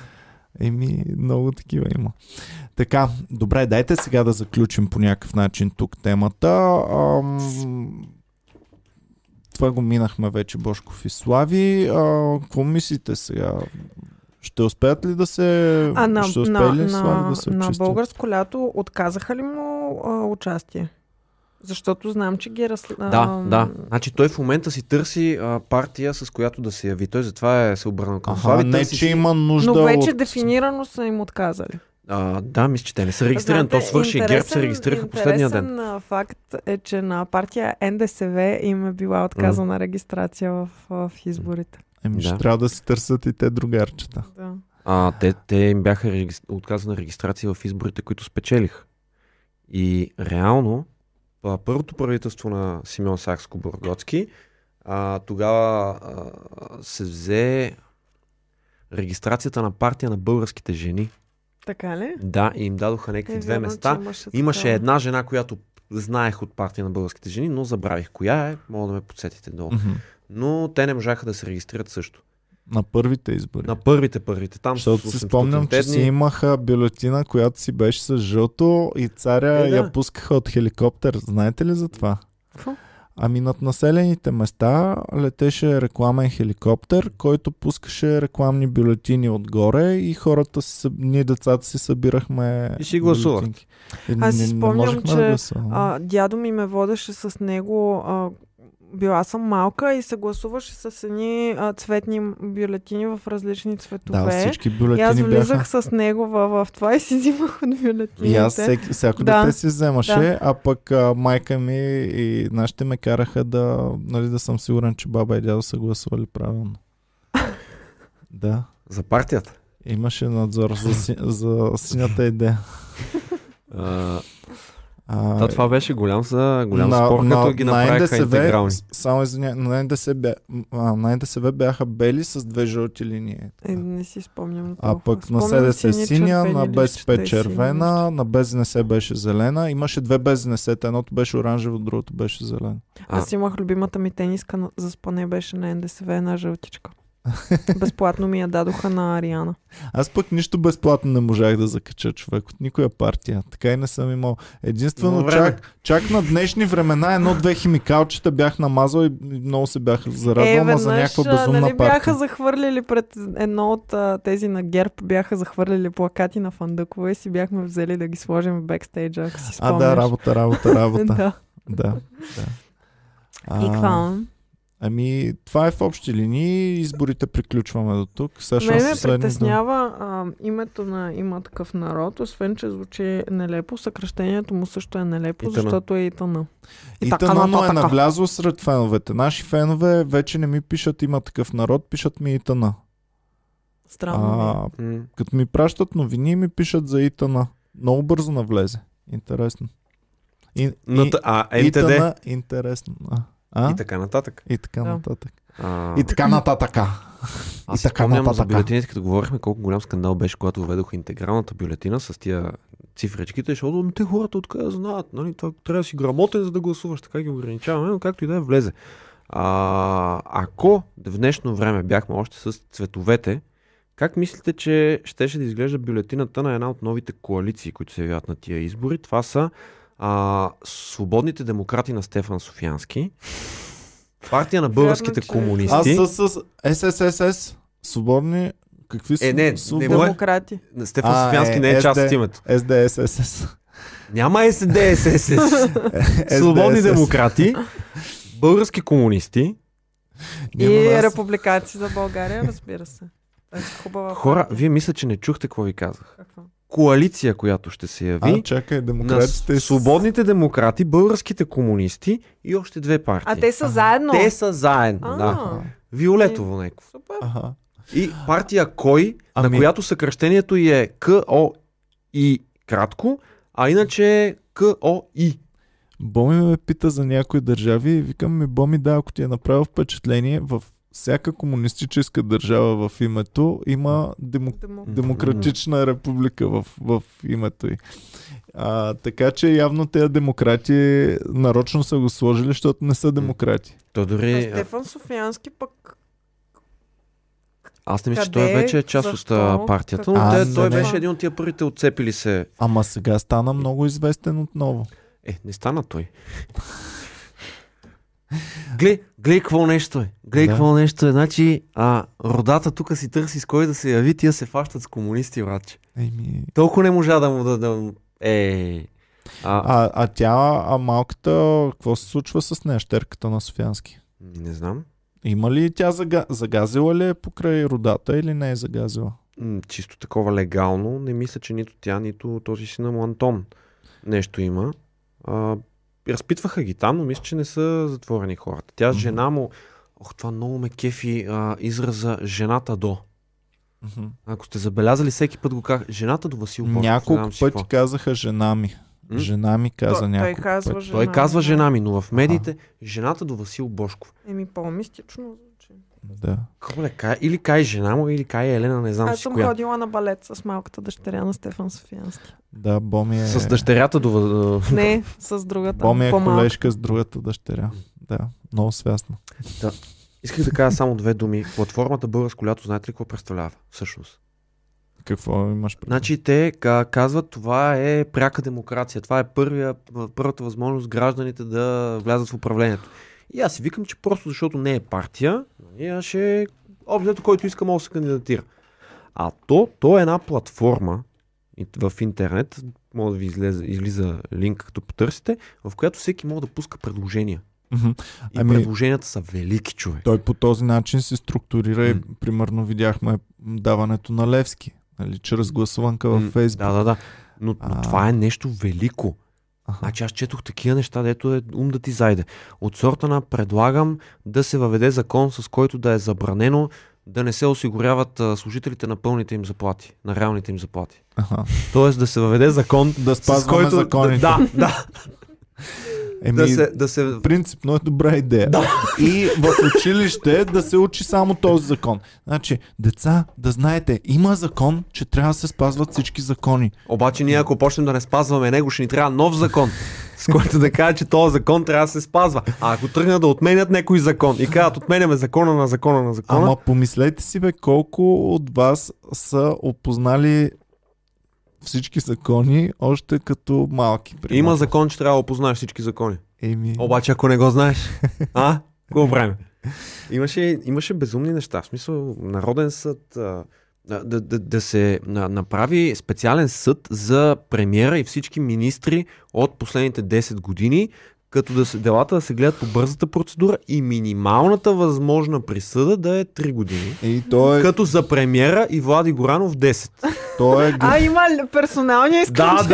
Еми, много такива има. Така, добре, дайте сега да заключим по някакъв начин тук темата. Ам... Това го минахме вече, Бошков и Слави. А, какво мислите сега? Ще успеят ли да се... А на, ще успее на, ли Слави на, да се на очисти? българско лято отказаха ли му а, участие? Защото знам, че ги раз... Да, да. Значи той в момента си търси а, партия, с която да се яви. Той затова е се обърнал към Аха, Слави. не, Търси че си- има нужда Но вече от... дефинирано са им отказали. А, да, мисля, че те не са регистрирани. То Знаете, свърши. Герб се интересен- регистрираха последния ден. Интересен а, факт е, че на партия НДСВ им е била отказана регистрация в, в изборите. Еми, ще Да. трябва да се търсят и те другарчета. Да. А, те, те им бяха регис... отказана регистрация в изборите, които спечелих. И реално, а, първото правителство на Симеон Сакско-Бургоцки, а, тогава а, се взе регистрацията на партия на българските жени. Така ли? Да, и им дадоха някакви Е, две вярно, че места. Имаше, Имаше такава. една жена, която знаех от партия на българските жени, но забравих коя е. Мога да ме подсетите долу. Мгм. Но те не можаха да се регистрират също. На първите избори. На първите първите. Там с Защото си 800 спомням, че дни. си имаха бюлетина, която си беше с жълто и царя Е, да. я пускаха от хеликоптер. Знаете ли за това? Какво? Ами над населените места летеше рекламен хеликоптер, който пускаше рекламни бюлетини отгоре и хората, си, съб- ние децата си събирахме И си гласувахте. бюлетинки. Е, Аз си не- не спомням, можехме да че, гласуваме. А, дядо ми ме водеше с него. А, била съм малка и се гласуваше с едни а, цветни м- бюлетини в различни цветове. да, всички и аз бюлетини влизах бяха. с него в, в това и си взимах от бюлетините. И аз всеки, всяко Да. дете си вземаше, Да. а пък а, майка ми и нашите ме караха да, нали, да съм сигурен, че баба и дядо са гласували правилно. да. За партията. Имаше надзор за, си, за синята идея. А, А, Та, това беше голям, за, голям на, спор, като ги направиха интегрални. с- Само извиня, на НДСВ, бя- а, на НДСВ бяха бели с две жълти линии. Е, не си спомням. А толкова. пък на Спомням си СДС едни синя, червени е на БСП листчета и сини червена, на БЗНС беше зелена. Имаше две БЗНС, едното беше оранжево, другото беше зелено. А. Аз имах любимата ми тениска на- за спане беше на НДСВ една жълтичка. Безплатно ми я дадоха на Ариана. Аз пък нищо безплатно не можах да закача човек от никоя партия. Така и не съм имал. Единствено, Има време. чак, чак на днешни времена едно-две химикалчета бях намазал и много се бях зарадвал, ама за някаква Е, а, безумна нали, партия. бяха захвърлили пред едно от а, тези на ГЕРБ, бяха захвърлили плакати на фандъкова и си бяхме взели да ги сложим в бекстейджа, ако си А, спомняш. да, работа, работа, работа. да. да, да. И А, каква? ами, това е в общи линии. Изборите приключваме до тук. Сега ще Ме ме последни думи. притеснява а, името на има такъв народ, освен че звучи нелепо, съкръщението му също е нелепо, Итана. защото е Итана. И така тъна, но е нататъка. навлязло сред феновете. Наши фенове вече не ми пишат има такъв народ, пишат ми и тъна. Странно. ми А, е. М. като ми пращат новини, ми пишат за Итана. Много бързо навлезе. Интересно. И, На, и, та- а, МТД Итана, интересно. А, а? и така нататък. И така Да. нататък. А, И така нататък. аз и си така спомням за нататък. бюлетините, като говорихме колко голям скандал беше, когато въведоха интегралната бюлетина с тия цифричките, защото «Ами те хората откъде знаят, нали? Това трябва да си грамотен, за да гласуваш, така ги ограничаваме, но както и да е, влезе. А, ако в днешно време бяхме още с цветовете, как мислите, че щеше да изглежда бюлетината на една от новите коалиции, които се явяват на тия избори? Това са а, Свободните демократи на Стефан Софиянски, Партия на българските че- комунисти. Аз с, с СССС. Свободни. Какви са? Е, не, свободни? не мое- Демократи. Стефан А, Софиянски е, не е част SD. от името. СДСС. Няма СДСС. Е, Свободни SDSS. демократи, български комунисти. Нямам И аз. републиканци за България, разбира се. Е, хубава Хора, партия. вие мисля, че не чухте какво ви казах. Какво? Коалиция, която ще се А, яви чакай, на демократите. с- свободните демократи, българските комунисти и още две партии. А те са заедно. Те са заедно. А, Е, Да. Виолетово некво. Супер. Аха. И партия Кой, Ами- на която съкръщението й е КО и кратко, а иначе е КОИ. Боми ме пита за някои държави и викам ми, Боми, да, ако ти е направил впечатление, в всяка комунистическа държава в името има демо... Демо- демократична република в, в името й. А, така че явно тези демократи нарочно са го сложили, защото не са демократи. То А дори... Стефан Софиянски пък Аз не мисля, че Къде? той вече е част Защо? от а, партията, но Как- те- А, не, той не. беше един от тия първите отцепили се. Ама сега стана много известен отново. Е, не стана той. Гле, гле какво нещо е. Гле Да. какво нещо е. Значи, а, родата тук си търси с кой да се яви, тия се фащат с комунисти, братче. Еми... Толкова не можа да му да... да му- е... А, А, а тя, а малката, какво се случва с нещерката на Софиянски? не знам. Има ли тя зага... загазила ли е покрай родата или не е загазила? М, Чисто такова легално, не мисля, че нито тя, нито този сина му Антон нещо има. А, разпитваха ги там, но мисля, че не са затворени хората. Тя Мгм. жена му... Ох, това много ме кефи а, израза жената до. Мгм. Ако сте забелязали, всеки път го казах. Жената до Васил Бошков. не Няколко знам си пъти какво. казаха жена ми. М? Жена ми каза той, той няколко казва пъти. жена. Той казва да. жена ми, но в медиите жената до Васил Бошков. Еми Е, по-мистично звучи. Да. Какво да кажа? Или кай жена му, или кай Елена, не знам Аз си съм коя. ходила на балет с малката дъщеря на Стефан Софиянски. Да, Боми е... С дъщерята до... Ва- Не, с другата. Боми е по-малка. колежка с другата дъщеря. Да, много свясно. Исках да кажа само две думи. Платформата Българско лято, знаете ли какво представлява всъщност? Какво имаш предвид? Значи те ка- казват, това е пряка демокрация. Това е първия, първата възможност гражданите да влязат в управлението. И аз си викам, че просто защото не е партия, нали, а ще обзето, който иска, може да се кандидатира. А то, то е една платформа и т- в интернет, може да ви излезе, излиза линк, като потърсите, в която всеки може да пуска предложения. Мгм. И Ами- предложенията са велики, човек. Той по този начин се структурира и М. примерно видяхме даването на Левски. Нали, чрез гласуванка М, във Фейсбук. Да, да, да. Но, А. но това е нещо велико. Аха. Значи аз четох такива неща, дето е ум да ти зайде. От сорта на предлагам да се въведе закон, с който да е забранено да не се осигуряват а, служителите на пълните им заплати, на реалните им заплати. Аха. Тоест да се въведе закон, Да с спазваме който... законите. Ами- Да, да, Еми, да, се, да се... Принципно е добра идея. И в училище да се учи само този закон. Значи, деца, да знаете, има закон, че трябва да се спазват всички закони. Обаче ние ако почнем да не спазваме него, ще ни трябва нов закон, с който да кажа, че този закон трябва да се спазва. А ако тръгнат да отменят някой закон и казват отменяме закона на закона на закона, Ама помислете си, бе, колко от вас са опознали всички закони още като малки. примерно. Има закон, че трябва да опознаеш всички закони. Еми, Обаче, ако не го знаеш, а? Какво време? Имаше, имаше безумни неща. В смисъл, народен съд, а, да, да, да- да се на- направи специален съд за премиера и всички министри от последните 10 години, като да се, делата да се гледат по бързата процедура и минималната възможна присъда да е 3 години. И той е, Като за премиера и Влади Горанов 10. той е, гл- А, има ли персоналния изключение.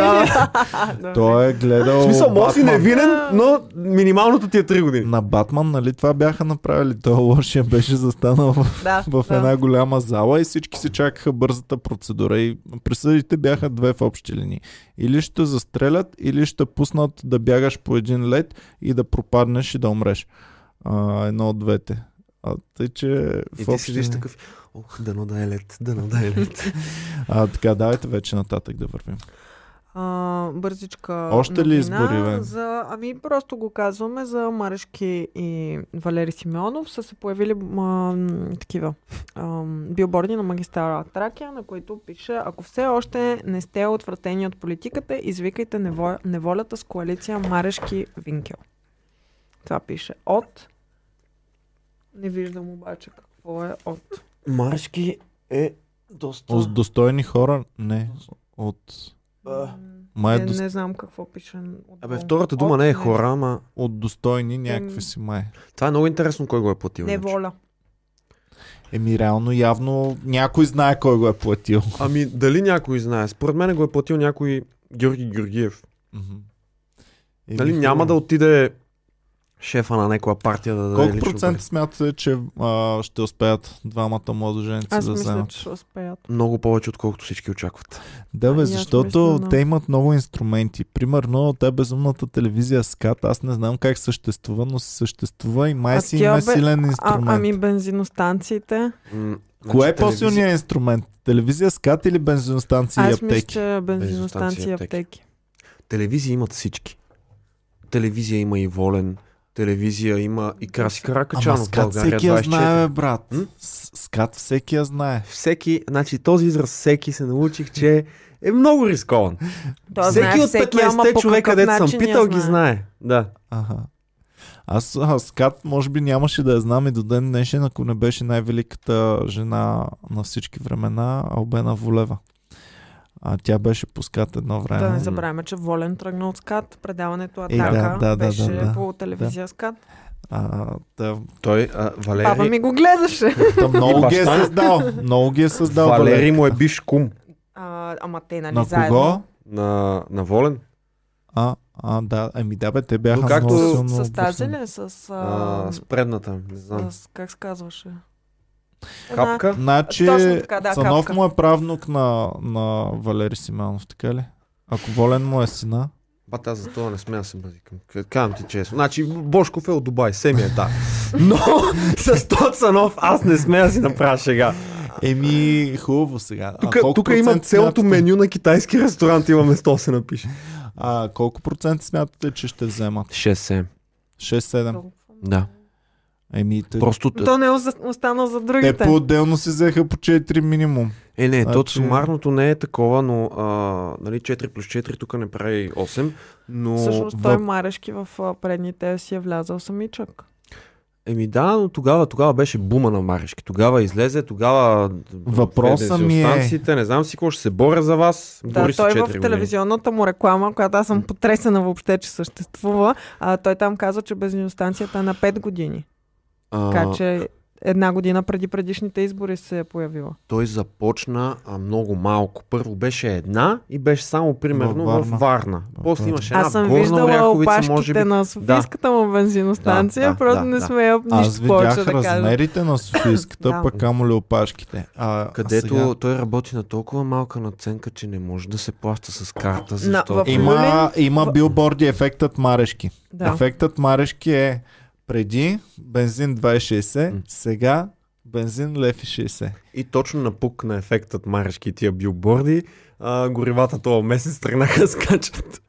да. той е гледал В смисъл, може си Батман. невинен, но минималното ти е 3 години. на Батман, нали това бяха направили? Той лошия беше застанал в, да, в да. една голяма зала и всички се чакаха бързата процедура и присъдите бяха две в общи линии. Или ще застрелят, или ще пуснат да бягаш по един лед и да пропаднеш и да умреш. А, едно от двете. А тъй, че И в ти общи седиш линии... такъв, ох, дано да е лед, дано да е лед. А, така, давайте вече нататък да вървим. А, бързичка Още ли новина избори, бе? За, ами просто го казваме за Марешки и Валери Симеонов са се появили м, такива ам, билборди на магистрала Тракия, на които пише Ако все още не сте отвратени от политиката, извикайте нево, неволята с коалиция Марешки Винкел. Това пише от... Не виждам обаче какво е от... Маршки е доста... С достойни хора? Не. От... А. Май е не, до... не знам какво пише. отдолу. Абе, втората дума не е нещо. хора, ама от достойни някакви си май. това е много интересно кой го е платил. иначе. Неволя. Еми реално явно някой знае кой го е платил. Ами, дали някой знае? Според мен го е платил някой Георги Георгиев. Мгм. Еми, Нали, няма да хубаво. отиде шефа на някоя партия да даде Колко лично процент пари? смятате, че а, ще успеят двамата младоженци Аз да мисля, вземат? че ще успеят. Много повече, отколкото всички очакват. Да, Ами бе, аз защото мисля, да. те имат много инструменти. Примерно, те безумната телевизия Скат, аз не знам как съществува, но съществува и май А си тя, има бе, силен А, инструмент. ами бензиностанциите. М, Кое е значи телевизия- по-силният инструмент? Телевизия Скат или бензиностанции и Аз мисля, аптеки? че Бензиностанции бензиностанции и и аптеки. аптеки. Телевизия имат всички. Телевизия има и Волен. Телевизия има и Краси Ама Каракачанов в скат България. всеки я 24. знае, бе, брат. М? С- Скат всеки я знае. Всеки, значи този израз всеки се научих, че е много рискован. Той всеки знае от всеки, ама 15-те по човека, какъв дето съм начин я питал, ги знае. знае. Да. Ага. Аз, аз Кат може би нямаше да я знам и до ден днешен, ако не беше най-великата жена на всички времена, Албена Волева. А тя беше пускат едно време. Да не забравяме, че Волен тръгна от скат. Предаването Е, да, Атака да, да, беше да, да. по телевизия скат. а, да, Той, а, Валери, Баба ми го гледаше. да, много ги е баща. създал. Много ги е създал. Валери Валерка. му е биш кум А, ама те, нали, На заедно. кого? на, на Волен. А, а, да, ами да бе, те бяха Но както- много силно С, с тази обвързани. ли? С, А, а, с предната, не знам. с, как се казваше? Една- Капка. Значи, Точно така, да, Цанов капка. му е правнук на, на Валери Симеонов, така ли? Ако Волен му е сина, Бат, аз за това не смея да се бъдикам. Казвам ти честно. Значи, Бошков е от Дубай, Семи е да. Но с Тоцанов аз не смея да си направя шега. Еми, хубаво сега. Тук, а колко тук има процент цялото смятате- меню на китайски ресторант, има место се напише. А колко процент смятате, че ще вземат? 6-7. 6-7. Толкова. Да. Еми, те, Просто... То не е оз- остана за те другите. по-отделно си взеха по 4 минимум. Е, не, то Значи- сумарното не е такова, но а, нали, 4 плюс 4 тук не прави 8. Но... Всъщност в- той Марешки в а, предните си е влязал самичък. Еми да, но тогава, тогава беше бума на Марешки. Тогава излезе, тогава... Въпросът ми е- Станциите, не знам си какво ще се боря за вас. Да, Бори се той четири в години. телевизионната му реклама, която аз съм потресена въобще, че съществува, а, той там казва, че бензиностанцията е на 5 години. А, Така че една година преди предишните избори се е появила. Той започна а, много малко. Първо беше една и беше само примерно в Във Варна. Варна. Във После Варна. имаше една Аз съм горна виждала Оряховица, опашките може би. на Софийската му бензиностанция, Да, да, просто да, не да. смея Аз нищо видях повече да кажа. размерите на Софийската, Да. пък камо ли опашките. А, а Където сега... той работи на толкова малка наценка, че не може да се плаща с карта, защото... в- Има, има билборди ефектът Марешки. Да. Ефектът Марешки е преди бензин 2,60, М. сега бензин лев и 60. И точно на пук на ефектът Марешки и тия билборди, а, горивата този месец тръгнаха да скачат.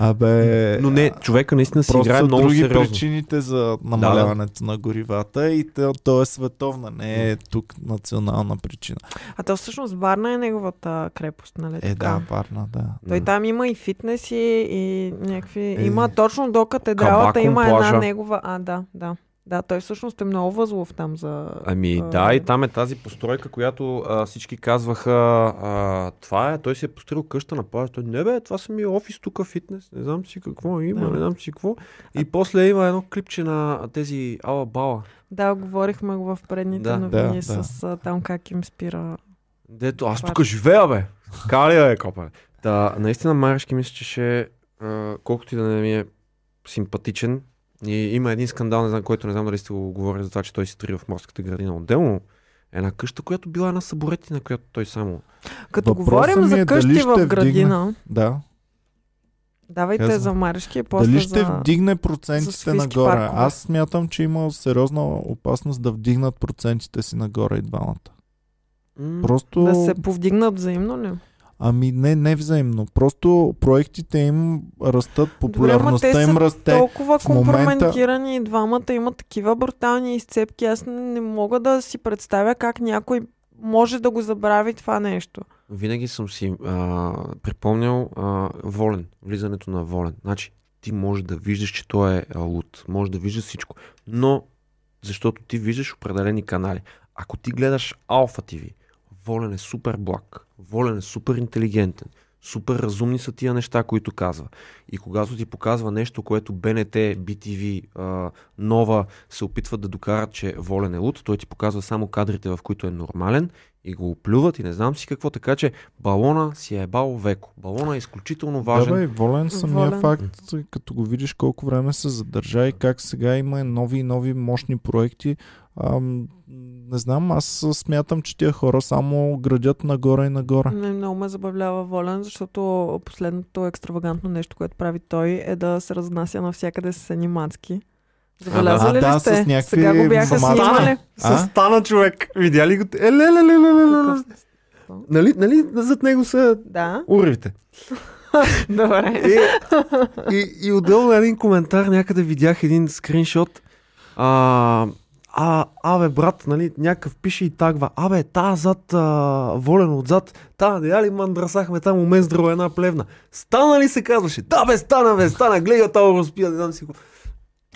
Абе... Но не, човека наистина си Е, Просто играе са много други сериозно. причините за намаляването на горивата и то, то е световна, не е тук национална причина. А то всъщност Варна е неговата крепост, нали? Е, така? да, парна, да. Той там има и фитнес и, и някакви... Е. Има точно до катедралата, Кабаком има една плажа. негова... А, да, да. Да, той всъщност е много възлов там за... Ами а, да, и там е тази постройка, която а, всички казваха, а, това е, той си е построил къща на плажа. Той, не бе, това са ми офис тук, фитнес, не знам си какво има, Да. не знам си какво. И после има едно клипче на тези Ала Бала. Да, говорихме го в предните Да, да, новини да. с а, там как им спира. Дето, аз Това- тук живея, бе. Така ли е, копале? Да, наистина Марешки мисля, че ще, а, колкото и да не ми е симпатичен, и има един скандал, не знам, който не знам дали сте го говорили за това, че той се трие в морската градина. Отделно една къща, която била една съборетина, която той само... Като Въпросът говорим ми е за дали къщи ще в вдигне- градина, Да. давайте Казвам. за Марешки и после Дали за... ще вдигне за процентите софийски нагоре? паркове. Аз смятам, че има сериозна опасност да вдигнат процентите си нагоре и двамата. М, Просто... Да се повдигнат взаимно ли? Ами не, не взаимно. Просто проектите им растат, популярността те им са расте. Толкова в момента- компрометирани и двамата имат такива брутални изцепки. Аз не не мога да си представя как някой може да го забрави това нещо. Винаги съм си а, припомнял а, волен, влизането на волен. Значи, ти може да виждаш, че той е а, луд, може да виждаш всичко, но защото ти виждаш определени канали. Ако ти гледаш Алфа ТВ, волен е супер благ, волен е супер интелигентен, супер разумни са тия неща, които казва. И когато ти показва нещо, което БНТ, BTV, а, Нова се опитват да докарат, че волен е луд, той ти показва само кадрите, в които е нормален и го оплюват и не знам си какво. Така че балона си е бал веко. Балона е изключително важен. Да, бе, волен самия Волен. факт, като го видиш колко време се задържа и как сега има нови и нови мощни проекти. Ам, не знам, аз смятам, че тия хора само градят нагоре и нагоре. Не, много ме забавлява Волен, защото последното екстравагантно нещо, което прави той, е да се разнася навсякъде с анимацки. А, Забелязали да, ли сте? с някакви Сега го бяха формати. снимали. А? С стана човек. Видя ли го? Е, ле, ле, ле, ле, ле, ле. Какъв- Нали, нали зад него са Да, уревите? Е, добре. И, Е, И, и отделно един коментар, някъде видях един скриншот. А, а, абе, брат, нали, някакъв пише и тагва. Абе, та зад, а, волен отзад, та, дея ли мандрасахме там умездрала една плевна. Стана ли се казваше? Да, бе, стана, бе, стана, гледай я тава разпия, не знам си го.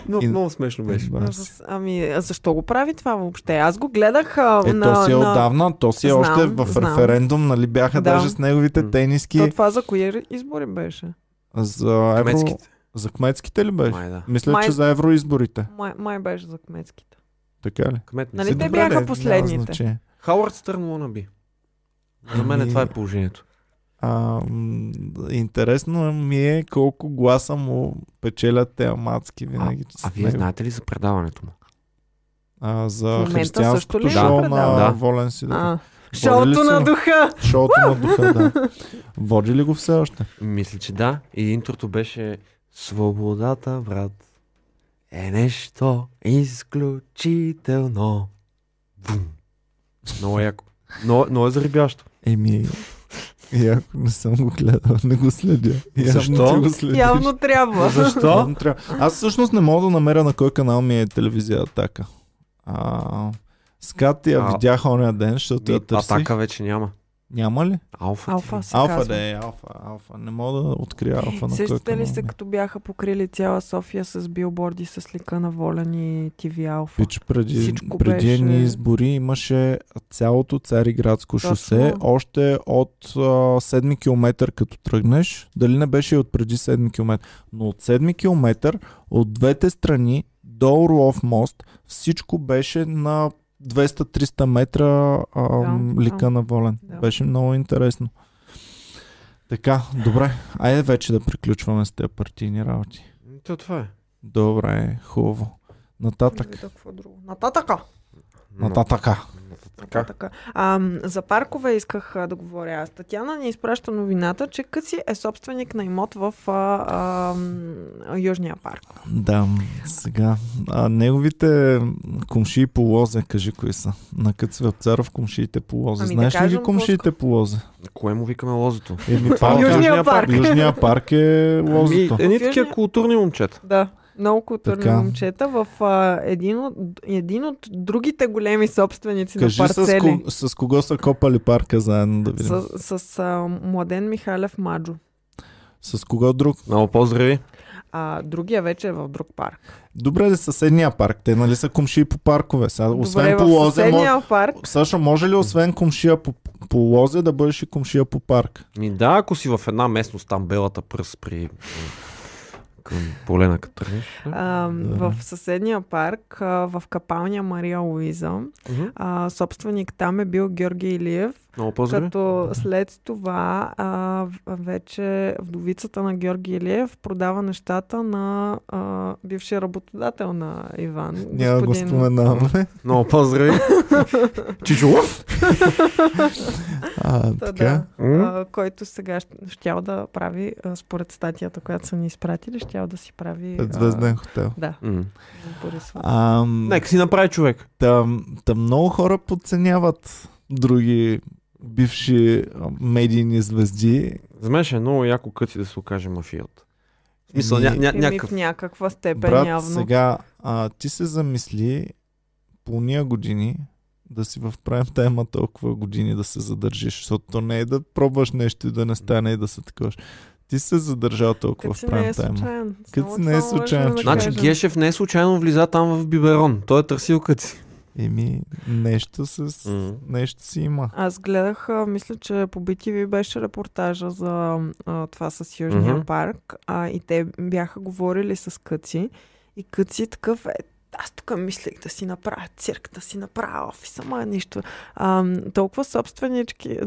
Но, И- Много смешно беше. Ба си. Ужас. Ами, а защо го прави това въобще? Аз го гледах а, Е, на... то си е на... отдавна, то си е Знам, още в знам. референдум, нали бяха Да. даже с неговите М. тениски То това за кои избори беше? за евро... Кметските. За кметските ли беше? Май, да. Мисля, Май- че за евроизборите. Май, май беше за кметските. Така ли? Е, Кмет не Нали си. те Добре, бяха де, няма последните. значение. Хауърд Стърн Лонаби. За мен Ами- това е положението. А, м, интересно ми е колко гласа му печелят те амацки винаги. А с вие него. знаете ли за предаването му? а, В за момента също християнското ли шоу е на предаване? да. Да. Волен си. Да. А, шоуто са на го? духа! Шоуто на духа, да. Води ли го все още? Мисля, че да. И интрото беше Свободата, брат, е нещо изключително. Бум. Много яко. Но, но е зарибящо. Еми, яко не съм го гледал, не го следя. Явно Защо? ти Го следиш. Явно трябва. Защо? Явно трябва. Аз всъщност не мога да намеря на кой канал ми е телевизия Атака. А, Скат я А- видях оня ден, защото я И търсих. Атака вече няма. Няма ли? Алфа. Алфа се Алфа казва. да е, алфа, алфа. Не мога да открия алфа на кой Сещате канал ли се, ми е. като бяха покрили цяла София с билборди с лика на Волен и ТВ Алфа? Пич, преди, Всичко преди беше- едни избори имаше цялото Цариградско Точно. шосе, още от а, 7 км като тръгнеш, дали не беше и от преди 7 км, но от 7 км, от двете страни до Орлов мост, всичко беше на 200-300 метра ам, Да, лика да. на волен. Да. Беше много интересно. Така, добре, айде вече да приключваме с тези партийни работи. То това е. Добре, хубаво. Нататък. Видя какво друго. Нататъка! Но- Нататъка. Така. Така. А, м, за паркове исках а, да говоря. аз. Татяна ни изпраща новината, че Къси е собственик на имот в а, а, м, Южния парк. Да, сега. А, неговите комшии по лозе, кажи кои са. На Къци Вапцаров комшиите по лозе. Ами да Знаеш ли ги кажем, комшиите по лозе? Кое му викаме лозото? Еми, Южния парк. Южния парк е Ами, лозето. едни такива културни момчета. Да. Много културни Така. момчета в а, един, от, един от другите големи собственици Кажи на с, парцели. ко, с кого са копали парка заедно да видим. С, с а, младен Михалев Маджо. С, с кого друг? Много поздрави. А другия вече е в друг парк. Добре, за съседния парк. Те нали са кумши по паркове. Сега, освен Добре, по в лозе, съседния може... парк Саша, може ли освен кумшия по, по лозе да бъдеш и кумшия по парк? Ми да, ако си в една местност там белата пръст при към полена Катриш. А, Да. в съседния парк, а, в капалния Мария Луиза. Мгм. А, собственик там е бил Георги Илиев, Много по-здраве. като след това а, в- вече вдовицата на Георги Илиев продава нещата на а, бившия работодател на Иван. Няма да го господин- споменаваме. Много по-здраве. Чичулов. А, Та, така. да, М? а, който сега щ- щял да прави, а, според статията, която са ни изпратили, щял да си прави... а, Петзвезден Е, хотел. Да, М. Борисов. Ам, Нека си направи човек. Там, там много хора подценяват други бивши а, медийни звезди. За мен ще е много яко къти да се окаже мафията. В смисъл, Ми- ня, ня, Еми, някакъв... в някаква степен Брат, Е, явно. сега а, ти се замисли по уния години да си в прайм тайма толкова години да се задържиш, защото то не е да пробваш нещо и да не стане и да се такуваш. Ти си се задържал толкова Като си в не е прайм тайма. случайен. Като Само си не е това можем случайен, да човек. Значи кажем. Гешев не е случайно влиза там в Биберон. Той е търсил къти. Еми, нещо, с... нещо си има. Аз гледах, а, мисля, че по BTV беше репортажа за а, това с Южния Мгм. парк а, и те бяха говорили с Къци и Къци такъв е аз тук мислех да си направя цирк, да си направя офис, ама нищо. А, толкова собственички,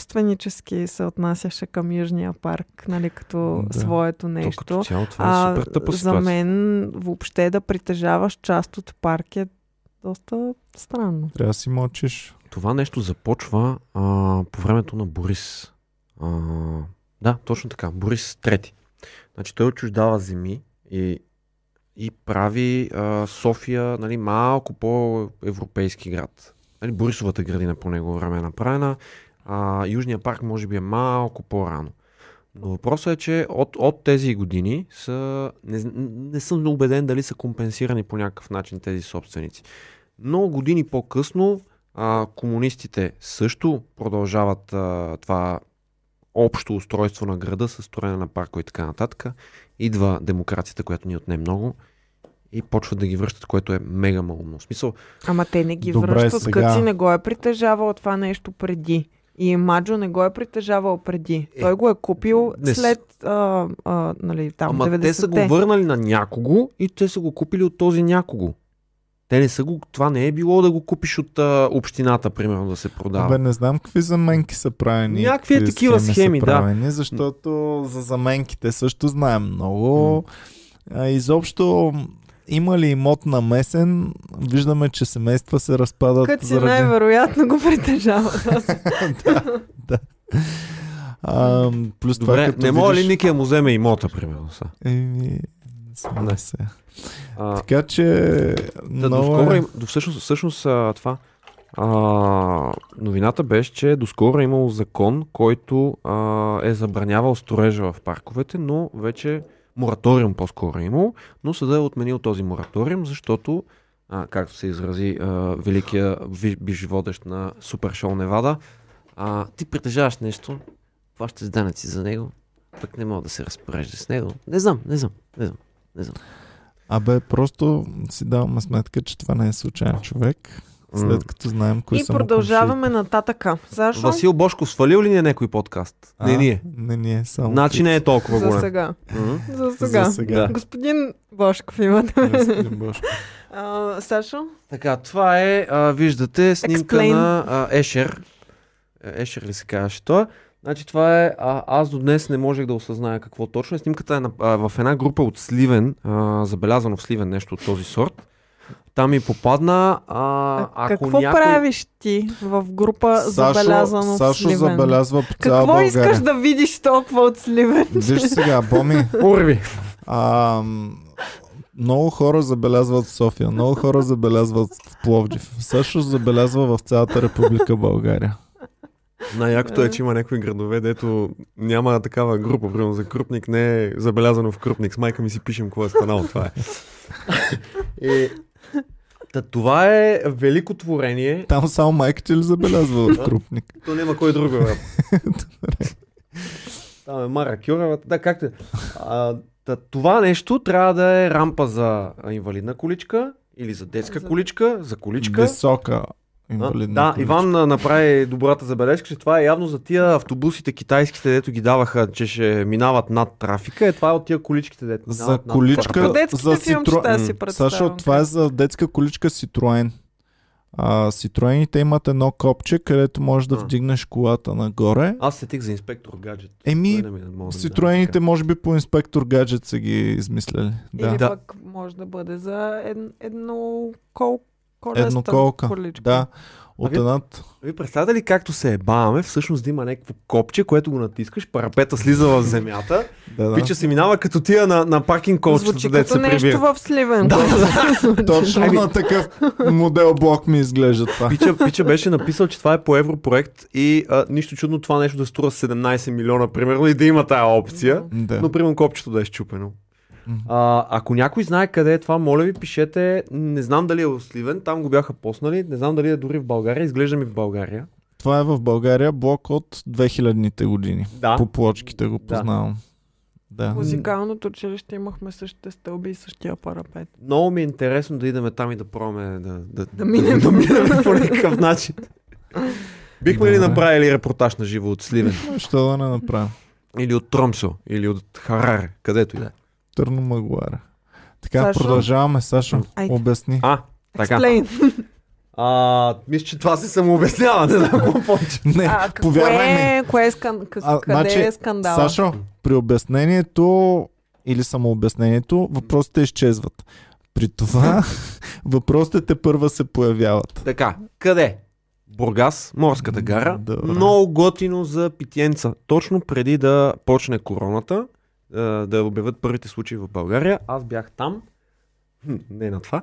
собственически се отнасяше към Южния парк, нали, като Да. своето нещо. То като цяло това е супер тъпа за ситуация. мен въобще да притежаваш част от парк е доста странно. Трябва да си мълчиш. Това нещо започва а, по времето на Борис. А, да, точно така. Борис трети. Значи той отчуждава земи и, и прави а, София нали, малко по-европейски град. Нали, Борисовата градина по него време е направена. А, Южния парк може би е малко по-рано. Но въпросът е, че от, от тези години са, не, зн- не съм убеден дали са компенсирани по някакъв начин тези собственици. Много години по-късно а, комунистите също продължават а, това общо устройство на града с строене на паркове и така нататък. Идва демокрацията, която ни отне много и почват да ги връщат, което е мега малумно. В смисъл, Ама те не ги Добре, връщат. сега- Къци не го е притежавал това нещо преди. И Маджо не го е притежавал преди. Е, Той го е купил не с- след а, а, нали, там Ама 90-те. те са го върнали на някого и те са го купили от този някого. Те не са го, това не е било да го купиш от а, общината, примерно, да се Да. продава. Абе, не знам какви заменки са правени. Някакви какви такива схеми, са да. правени, да. Защото за заменките също знаем много. А, изобщо има ли имот намесен, виждаме, че семейства се разпадат. Къци заради... най-вероятно го притежава. а, плюс това, Добре, като не мога ли видиш... Ники да му вземе имота, примерно? Са. Еми, не знам Да. се. А, Така че... да, много доскоро, е... им- до, всъщност, всъщност а, това а, новината беше, че доскоро е имало закон, който а, е забранявал строежа в парковете, но вече мораториум по-скоро е имало, но съда е отменил този мораториум, защото, а, както се изрази а, великия ви- биш водещ на Супер Шоу Невада, а, ти притежаваш нещо, плащаш данъци за него, пък не мога да се разпорежда с него. Не знам, не знам, не знам, не знам. Абе, просто си даваме сметка, че това не е случайен човек. След като знаем кои И са му продължаваме нататъка. Защо? Васил Бошков свалил ли ни е някой подкаст? комшиите. не А, ние. Не ние, само... Значи не е толкова За голям. сега. М? За сега. сега. Е. За сега. Да. Господин Бошков имате. Господин Бошков. А, Сашо? Така, това е, а, виждате, снимка Explain. на а, Ешер. Е, Ешер ли се казваше той? Значи това е, а, аз до днес не можех да осъзная какво точно е. Снимката е на, а, в една група от Сливен, а, забелязано в Сливен нещо от този сорт. Там ми попадна, а, А, ако какво някой... правиш ти в група забелязано в Сашо Сливен? забелязва по цяла Какво България. искаш да видиш толкова от Сливен? Виж сега, Боми, Урви! а, много хора забелязват в София, много хора забелязват в Пловдив. Също забелязва в цялата република България. Най-якото е, че има някои градове, дето няма такава група. Примерно за Крупник не е забелязано в Крупник. С майка ми си пишем какво е станало. Това е. Е, та, това е велико творение. Там само майката ли забелязва в крупник? То няма кой друг, бе. брат. Там е Мара Кюрева. Да, както е. А, та, това нещо трябва да е рампа за инвалидна количка или за детска За- количка, за количка. Висока А, инвалидна. да, количка. Иван а, направи добрата забележка, че това е явно за тия автобусите китайските, дето ги даваха, че ще минават над трафика. Е, това е от тия количките, дето За минават над количка. По детските за Citroen. филмчета си М, представям. Сашо, това е за детска количка Citroen. А, Citroените имат едно копче, където можеш да А. вдигнеш колата нагоре. Аз сетих за инспектор гаджет. Еми, Той не ми- не мога да ми Ситроените дава може би по инспектор гаджет са ги измислили. Или Да. Да. пък може да бъде за ед- едно кол... колеста Едноколка. количка. Да. От Ами- една... така. Ви представяте ли как се ебаваме, всъщност да има някакво копче, което го натискаш, парапета слиза в земята, Да, да. пича се минава като тия на, на паркинг колчето, Звучи дето като се нещо прибира. в Сливен. Да, Точно Ами- на такъв модел блок ми изглежда това. Пича, Пича беше написал, че това е по европроект и а, нищо чудно това нещо да струва 17 милиона, примерно, и да има тая опция. Да. Но, примерно, копчето да е щупено. Мгм. А, ако някой знае къде е това, моля ви, пишете. Не знам дали е в Сливен, там го бяха поснали. Не знам дали е дори в България. Изглежда ми в България. Това е в България блок от 2000-те години. Да. По плочките го Да. познавам. Да. Музикалното училище имахме същите стълби и същия парапет. Много ми е интересно да идеме там и да пробваме да, да, да минем. Да, минем по някакъв начин. Бихме ли Добре. направили репортаж на живо от Сливен? Ще да не направим. Или от Тромсо? Или от Хараре? Където и да е. Търно Магуара. Така, Сашо? продължаваме, Сашо. Айде. Обясни. А, така. Explain. А, мисля, че това се самообяснява. Не знам какво повече. Не, А, какво Е, повярвай ми. е, кое е скан... къс- А, къде значи, е скандала? Сашо, при обяснението или самообяснението, въпросите изчезват. При това въпросите те първа се появяват. Така, къде? Бургас, морската гара. Добре. Много готино за питиенца. Точно преди да почне короната, е, да обявят първите случаи в България, аз бях там. Хм, Не на това.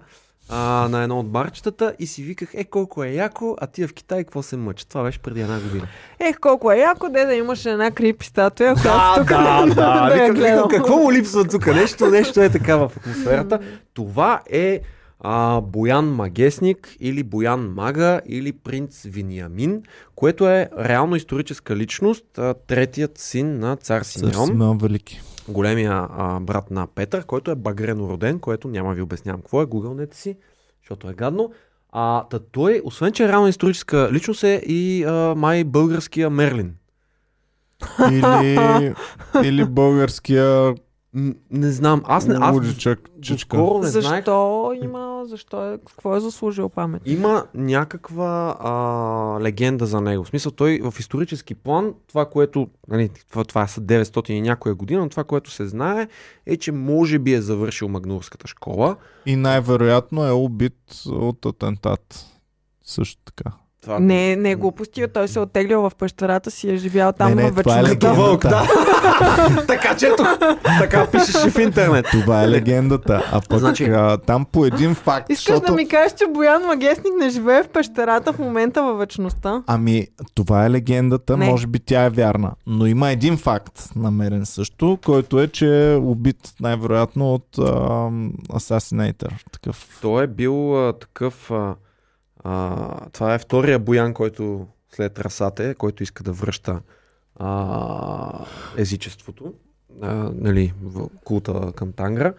А, на едно от барчетата и си виках, е колко е яко, а тия в Китай какво се мъчат. Това беше преди една година. Ех, колко е яко, де да имаш една крипи статуя, която тук не- да. да я Викам, гледам. викам, какво му липсва тук? Нещо, нещо е така в атмосферата. Това е а, Боян Магесник или Боян Мага или принц Виниамин, което е реално историческа личност, а, третият син на цар Сашо Симеон, Симеон Велики. големия а, брат на Петър, който е багрено роден, което няма ви обяснявам какво е, гугълнете си, защото е гадно. А, та той, освен че е реално историческа личност е и а, май българския Мерлин. Или, или българския М, Не знам, аз не, аз луджичък. чичка. Доскоро не знаех. Защо има, защо е, какво е заслужил памет? Има някаква а, легенда за него. В смисъл, той в исторически план, това, което, нали, това, това са 900 и някоя година, но това, което се знае, е, че може би е завършил Магнурската школа. И най-вероятно е убит от атентат. Също така. Това, Не, не е глупости, той се е оттеглил в пещерата си, е живял там не, не, в това е вечността. легенда. вълк, да. така че ето, така пишеше в интернет. Това е легендата. А пък Значи- а, там по един факт. Искаш защото... да ми кажеш, че Боян Магесник не живее в пещерата в момента във вечността? Ами, това е легендата, Не. може би тя е вярна. Но има един факт, намерен също, който е, че е убит най-вероятно от ам, Assassinator. Такъв. Той е бил а, такъв. А, а, това е втория Боян, който след Расате, който иска да връща а, езичеството, а, нали, в култа към Тангра.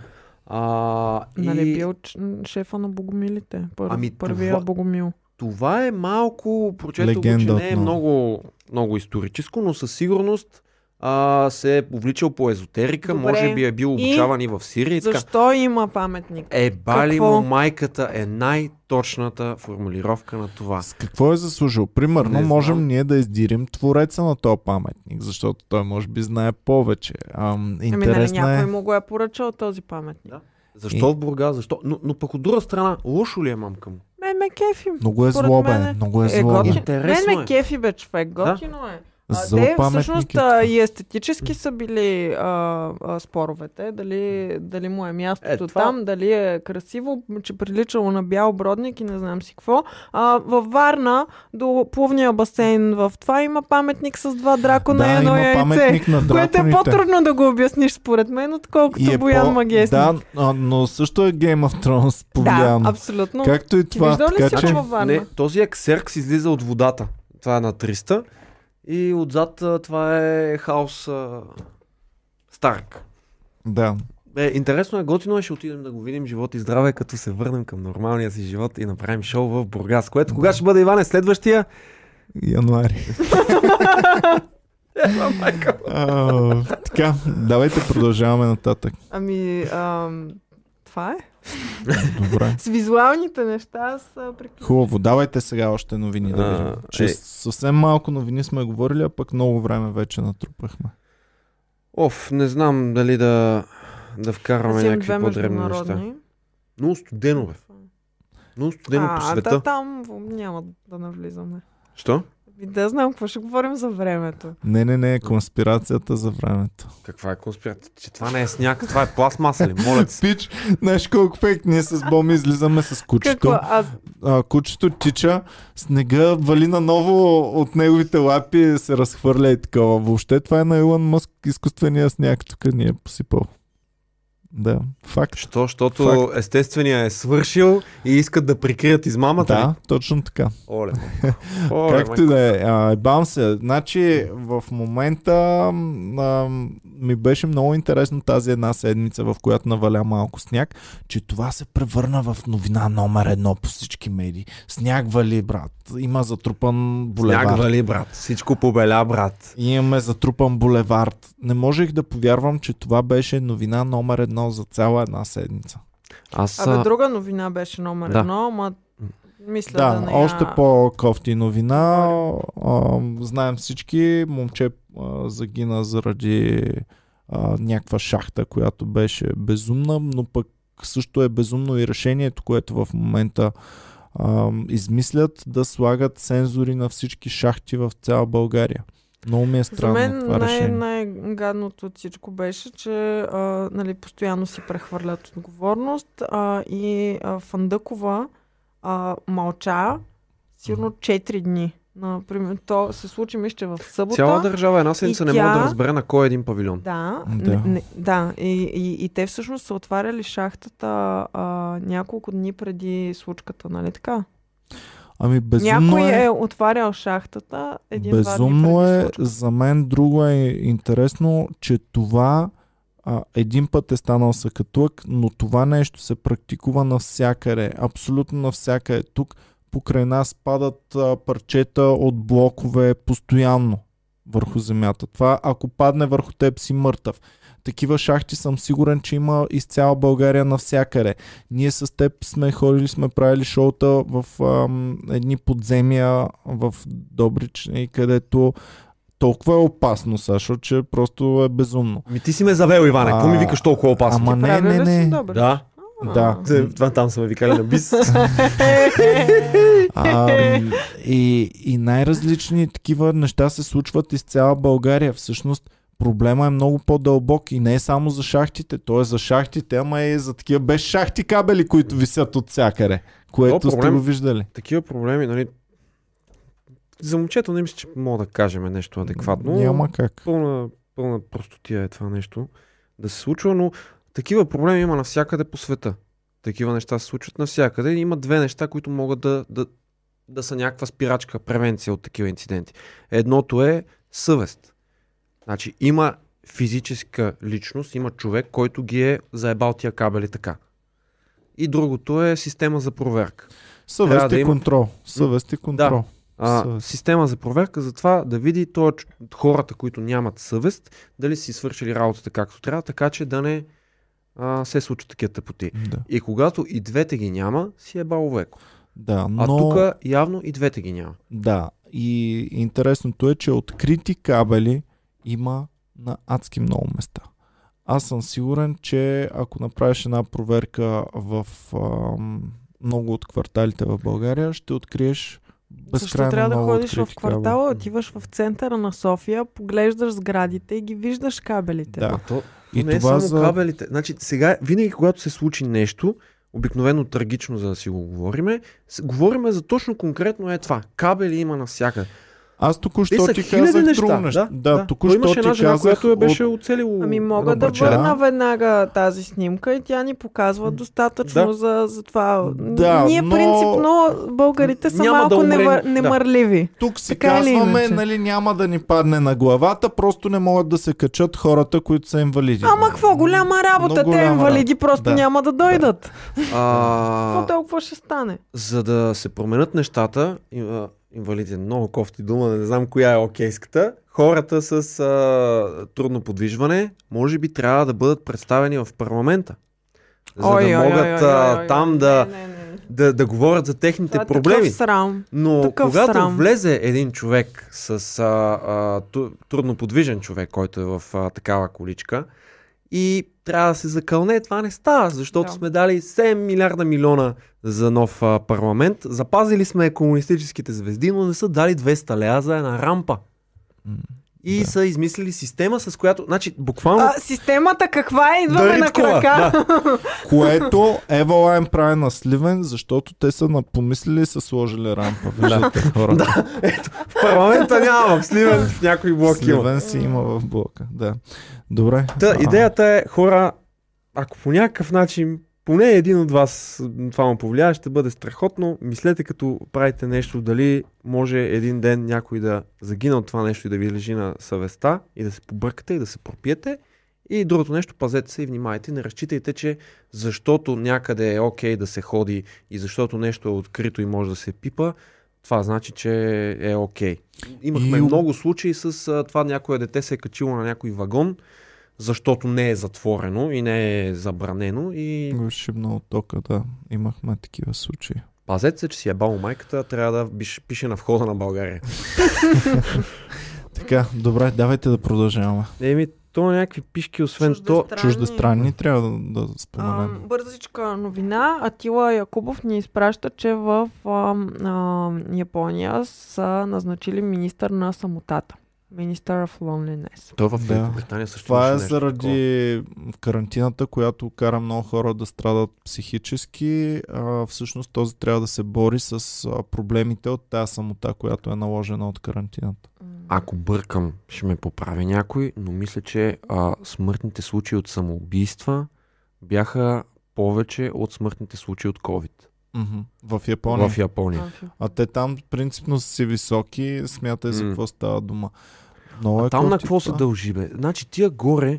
А, Нали и бил ч- м, шефа на богомилите? Пър... Ами първия това- богомил. това е малко, прочетал, го, че Легенда не е отново. много, много историческо, но със сигурност а, се е повличал по езотерика, Добре. може би е бил обучаван и, в Сирия. и така. Защо има паметник? Еба ли Какво? му майката е най-точната формулировка на това. С какво е заслужил? Примерно, Не можем знам. ние да издирим твореца на този паметник, защото той може би знае повече. Ам, Ами, нали, интересна някой е. му го е поръчал този паметник. Защо в Бургас? Защо? Но, но пък от друга страна, лошо ли е мамка му? Ме, ме кефи. Много е Според злобен. мен е- Много е Е, злобен. готин. Мен Интересно ме е. кефи, бе, човек. Готино е. А, Зъл те паметник всъщност е а, това. и естетически са били а, а, споровете, дали, дали му е мястото Е, това- там, дали е красиво, че приличало на бял бродник и не знам си какво. А, във Варна, до плувния басейн в това има паметник с два дракона и Да, едно има яйце. паметник на Което е драконите. е по-трудно да го обясниш според мен, отколкото Боян Магесник. Да, а, но също е Game of Thrones повлияно. да, абсолютно. Както и Ти това. виждал ли така, си че... във Варна? Не, този ексеркс излиза от водата. Това е на 300. И отзад а, това е хаос а... Старк. Да. Бе, интересно е, готино е, ще отидем да го видим живот и здраве, като се върнем към нормалния си живот и направим шоу в Бургас. Което кога ще бъде, Иване, следващия? Януари. А, така, давайте продължаваме нататък. Ами, ам, това е. Добре. С визуалните неща са приключени. Хубаво, давайте сега още новини да А, видим. Че е. съвсем малко новини сме говорили, а пък много време вече натрупахме. Оф, не знам дали да, да вкараме Съвсем две някакви по-древни неща. международни. Много студено, бе. Много студено по А, света. да, там в- няма да навлизаме. Що? И да знам какво ще говорим за времето. Не, не, не, конспирацията за времето. Каква е конспирация? Че това не е сняг, това е пластмаса ли? Моля ти. се. Пич, знаеш колко фейк, ние с Боми излизаме с Какво? кучето. А, А, кучето тича, снега вали наново от неговите лапи, се разхвърля и такова. Въобще това е на Илон Мъск изкуствения сняг, тук ни е посипал. Да, факт. Що? Защото естествения е свършил и искат да прикрият измамата ли? Да, точно така. Оле. Оле, Оле, Както и да е, а, ебам се. Значи в момента м, а, ми беше много интересно тази една седмица, в която наваля малко сняг, че това се превърна в новина номер едно по всички медии. Сняг вали, брат. Има затрупан булевар. Сняг вали, брат. Всичко побеля, брат. Имаме затрупан булевард. Не можех да повярвам, че това беше новина номер едно за цяла една седмица. Аз абе, а, друга новина беше номер Да. едно, ама мисля да, Да, не я- още по-кофти новина. А, знаем всички, момче а, загина заради а, някаква шахта, която беше безумна, но пък също е безумно и решението, което в момента а, измислят да слагат сензори на всички шахти в цяла България. Много ми е За странно мен това най- решение. най-гадното от всичко беше, че а, нали, постоянно си прехвърлят отговорност а, и а, Фандъкова а, мълча сигурно 4 дни. Например, то се случи мисля, че в събота. цяла държава една седмица не тя- мога да разбере на кой е един павилион. Да, Да. да. Не, да. И, и, и те всъщност са отваряли шахтата а, няколко дни преди случката, нали така? Ами безумно Някой е... е отварял шахтата един-два дни Безумно преди е, случката. за мен друго е интересно, че това а, един път е станал съкатлък, но това нещо се практикува навсякъде, абсолютно навсякъде. Тук покрай нас падат а, парчета от блокове постоянно върху земята. Това, ако падне върху теб, си мъртъв. Такива шахти съм сигурен, че има из цяла България навсякъде. Ние с теб сме ходили, сме правили шоута в ам, едни подземия в Добрич, и където толкова е опасно, Сашо, че просто е безумно. Ми ти си ме завел, Иване. Какво ми А, викаш толкова опасно? ама не, Правил не, ли си не. добре? Да. А. Да. Те- Това там са ме викали на бис. А, и, и най-различни такива неща се случват из цяла България. Всъщност проблема е много по-дълбок и не е само за шахтите. Той е за шахтите, ама и за такива без шахти кабели, които висят от всякъде. Което сте проблем- го виждали. Такива проблеми, нали... За момчето не мисля, че мога да кажем нещо адекватно. Няма как. пълна, пълна простотия е това нещо да се случва, но такива проблеми има навсякъде по света. Такива неща се случват навсякъде. Има две неща, които могат да, да, да са някаква спирачка, превенция от такива инциденти. Едното е съвест. Значи има физическа личност, има човек, който ги е заебал тия кабели така. И другото е система за проверка. Съвест да и има- контрол. Съвест и контрол. А, Съвест. система за проверка за това да види то, ч- хората, които нямат съвест, дали си свършили работата както трябва, така че да не а, се случат такива тъпоти. Да. И когато и двете ги няма, си е баловеко. Да, но... А тук явно и двете ги няма. Да, и интересното е, че открити кабели има на адски много места. Аз съм сигурен, че ако направиш една проверка в ам, много от кварталите в България, ще откриеш Защо безкрайно трябва да много ходиш в открити кабели. квартала, отиваш в центъра на София, поглеждаш сградите и ги виждаш кабелите. Да. А то, И и не това е само за- за... кабелите. Значи, сега, винаги когато се случи нещо, обикновено трагично, за да си го говориме, с- говориме за точно конкретно е това. Кабели има навсякъде. Аз Те току-що са ти хиляди казах неща, друго да, нещо. да. Да, То току-що имаше ти една жена, казах която я беше от... оцелило Ами мога да Добре, да. върна веднага тази снимка и тя ни показва достатъчно Да. за, за това. Да, Ние но- принципно българите са Няма да малко умрем. невър... Да. немърливи. Тук си Така или казваме, иначе. нали, няма да ни падне на главата, просто не могат да се качат хората, които са инвалиди. Ама какво голяма работа, Много те голяма инвалиди просто Да. няма да дойдат. Какво А, толкова ще стане? за да се променят нещата, и- а, инвалидите, много кофти дума, не знам коя е окейската, хората с а, трудно подвижване, може би трябва да бъдат представени в парламента. За Ой, да ой, ой, могат ой, а, ой, ой, там не, да, не, не, не. да, да говорят за техните Това е проблеми. Такъв срам. Но Такъв когато срам. влезе един човек с а, а, ту- трудноподвижен човек, който е в а, такава количка, и трябва да се закълне, това не става, защото Да. сме дали 7 милиарда милиона за нов а, парламент. Запазили сме комунистическите звезди, но не са дали 200 лея за една рампа. М, И да. са измислили система, с която. Значи, буквално. А, системата каква е? Идваме на дариткова, крака. да. Което Евалайн прави на Сливен, защото те са на- помислили и са сложили рампа. Виждате хората. В парламента няма, в Сливен в някои блоки има. Сливен си има в блока. Да. Добре. Та, А, идеята е, хора, ако по някакъв начин поне един от вас м, това му повлияе, ще бъде страхотно. Мислете като правите нещо, дали може един ден някой да загине от това нещо и да ви лежи на съвестта и да се побъркате и да се пропиете. И другото нещо, пазете се и внимайте, не разчитайте, че защото някъде е окей да се ходи и защото нещо е открито и може да се пипа, това значи, че е окей. Имахме И- много случаи с а, това някое дете се е качило на някой вагон, защото не е затворено и не е забранено и Го е шибнал от тока, да. Имахме такива случаи. пазете се, че си е бал майката, трябва да биш- пише на входа на България. Така, добре, давайте да продължаваме. Еми, то някакви пишки, освен то... Чуждестранни. Чуждестранни трябва да, да А, споменем. бързичка новина. Атила Якубов ни изпраща, че в а, а, Япония са назначили министър на самотата. Министър of Loneliness. Той в Да. Великобритания също Това имаше е нещо заради карантината, която кара много хора да страдат психически. А, всъщност този трябва да се бори с а, проблемите от тази самота, която е наложена от карантината. Ако бъркам, ще ме поправи някой, но мисля, че а, смъртните случаи от самоубийства бяха повече от смъртните случаи от COVID Мгм. В Япония. в Япония. А те там принципно са си високи, смятай за М. какво става дума. Много е А там на кофти какво се това. дължи, бе? Значи тия горе,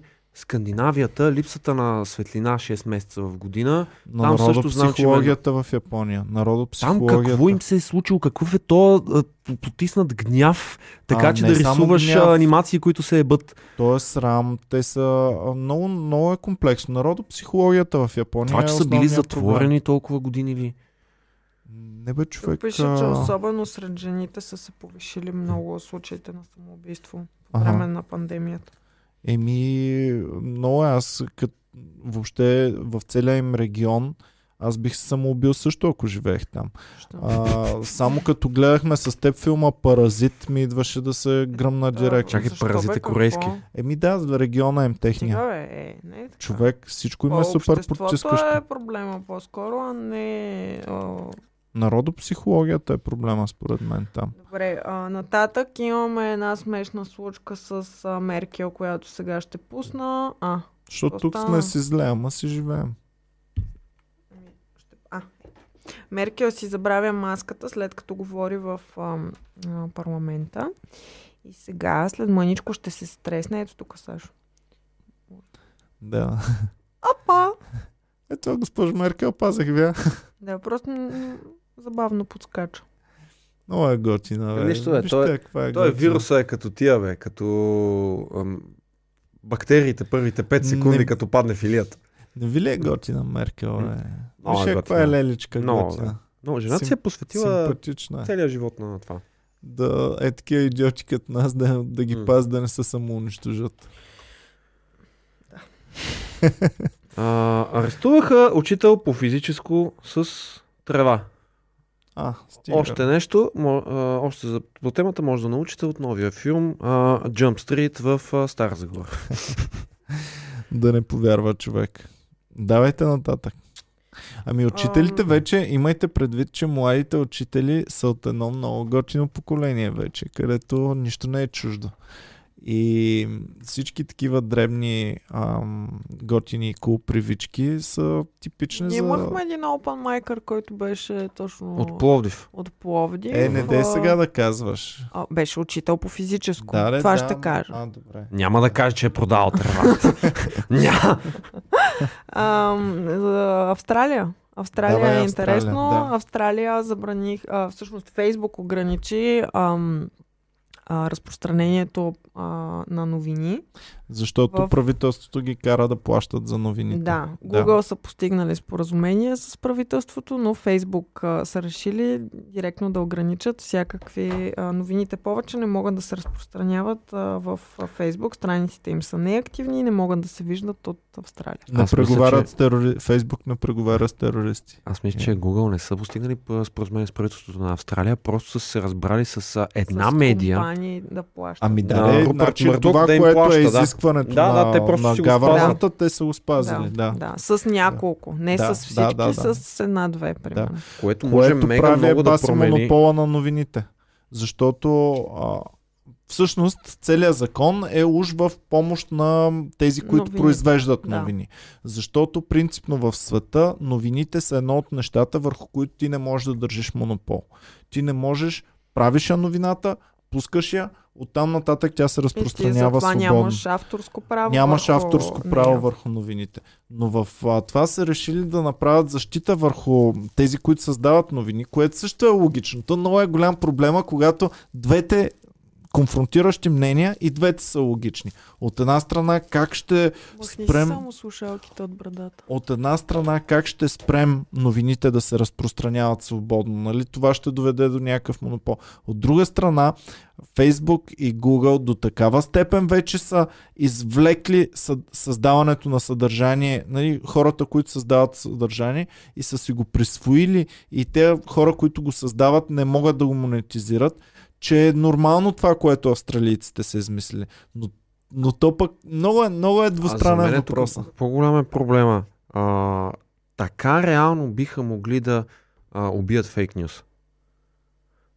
Скандинавията, липсата на светлина 6 месеца в година, На Там също знам, че има- народопсихологията в Япония. там Народопсихологията. какво им се е случило, какъв е то а, п- потиснат гняв, така А, че не да само рисуваш гняв. а, анимации, които се ебат. То е срам. Те са а, много, много е комплексно. Народопсихологията в Япония. Това, че е са били основният проблем. затворени толкова години ли? Не бе, човек. Пише, че а, особено сред жените са се повишили много случаите на самоубийство по Аха. време на пандемията. Еми, много е. аз кът, въобще в целия им регион аз бих се самоубил също, ако живеех там. Що? А, само като гледахме с теб филма Паразит, ми идваше да се гръмна директно. Чакай, Защо, паразит бе, е корейски. какво? Еми да, региона им Стига, техния. бе, е, не е така. Човек, всичко има супер Обществото потискащо. е проблема по-скоро, а не... а, Народопсихологията е проблема според мен там. Добре, а, нататък имаме една смешна случка с а, Меркел, която сега ще пусна. А, Защото тук Остана. сме си зле, ама си живеем. ще... а. Меркел си забравя маската след като говори в а, а, парламента. И сега, след мъничко, ще се стресне. Ето тук, Сашо. Да. Опа! Ето, госпожо Меркел, пазах ви. Да, просто м- м- забавно подскача. Много е готина. Бе. Нищо, бе, Вижте той е- каква е Той готина. вируса е като тия, бе, като ам, бактериите първите 5 секунди, Не- като падне филията. Не ви ли е готина Меркел, бе? Много Виж е е каква е готина. леличка Много, готина. Но жената Сим- си е посветила Симпатична е. целия живот на това. Да, е такива идиоти като нас, да, да ги М. пазят, да не се самоунищожат. А, арестуваха учител по физическо с трева. А, стига. Още нещо, мо- а, още за, по темата може да научите от новия филм а, Jump Street в а, Стара Загора. Да не повярва човек. Давайте нататък. Ами учителите вече, имайте предвид, че младите учители са от едно много готино поколение вече, където нищо не е чуждо. И всички такива дребни ам, готини кул привички са типични Ние за... имахме един open майкър, който беше точно От Пловдив. от Пловдив. Е, не дей А, сега да казваш. а, Беше учител по физическо. Да, бе, Това да, ще м- кажа. А, добре. Няма да каже, че е продавал трева. Няма. Ам, за Австралия. Австралия Давай, е Австралия, интересно. да. Австралия забраних, а, всъщност Фейсбук ограничи ам, а, разпространението а, на новини. Защото В- правителството ги кара да плащат за новините. Да, Google са постигнали споразумение с правителството, но Фейсбук а, са решили директно да ограничат всякакви а, новините. Повече не могат да се разпространяват а, в а, Фейсбук. Страниците им са неактивни и не могат да се виждат от Австралия. Не Аз мисля, преговарят че- с терори... Фейсбук не преговаря с терористи. Аз мисля, че Google не са постигнали п- споразумение с правителството на Австралия, просто са се разбрали с а, една с медия. компании да плащат. Ами да, да, да. да Рупърт значи Мърдок това, да им което плаща, е да. изискването Да, да, на, те просто на си го спазват. гаваната, те са го спазили. Да. да, с няколко. Не Да, с всички, да, да, да. с една-две, примерно. Което може Което мега прави много е да баси промени. монопола на новините. Защото а, всъщност целият закон е уж в помощ на тези, които Новините. произвеждат Да. новини. Защото принципно в света новините са едно от нещата, върху които ти не можеш да държиш монопол. Ти не можеш, правиш я новината, пускаш я, оттам нататък тя се И ти разпространява затова свободно. нямаш авторско право. е. Нямаш върху авторско право нея. върху новините. Но в а, това са решили да направят защита върху тези, които създават новини, което също е логично. То много е голям проблема, когато двете конфронтиращи мнения и двете са логични. От една страна, как ще Махни спрем- си само слушалките от брадата. от една страна, как ще спрем новините да се разпространяват свободно? Нали? Това ще доведе до някакъв монопол. От друга страна, Facebook и Google до такава степен вече са извлекли съ- създаването на съдържание, нали, хората, които създават съдържание и са си го присвоили и те хора, които го създават, не могат да го монетизират, че е нормално това, което австралийците са измислили. Но, но то пък много е, много е А за двустранен мен е тук въпроса. По-голям е проблема. А, така реално биха могли да а, убият фейк нюс.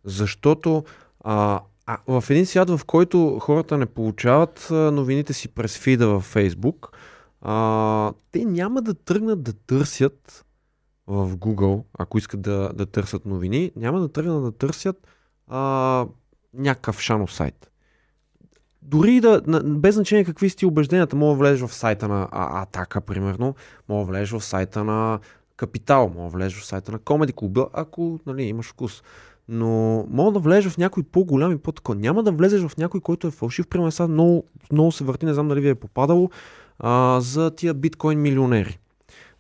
Защото а, а, в един свят, в който хората не получават а, новините си през фида във Фейсбук, а, те няма да тръгнат да търсят в Google, ако искат да, да търсят новини, няма да тръгнат да търсят а, някакъв шано сайт. Дори и да, на- без значение какви си ти убежденията, мога да влезеш в сайта на А- Атака, примерно, мога да влезеш в сайта на Капитал, мога да влезеш в сайта на Comedy Club, ако нали, имаш вкус. Но мога да влезеш в някой по-голям и по-тако. Няма да влезеш в някой, който е фалшив. Примерно сега много, много се върти, не знам дали ви е попадало, а, за тия биткоин милионери.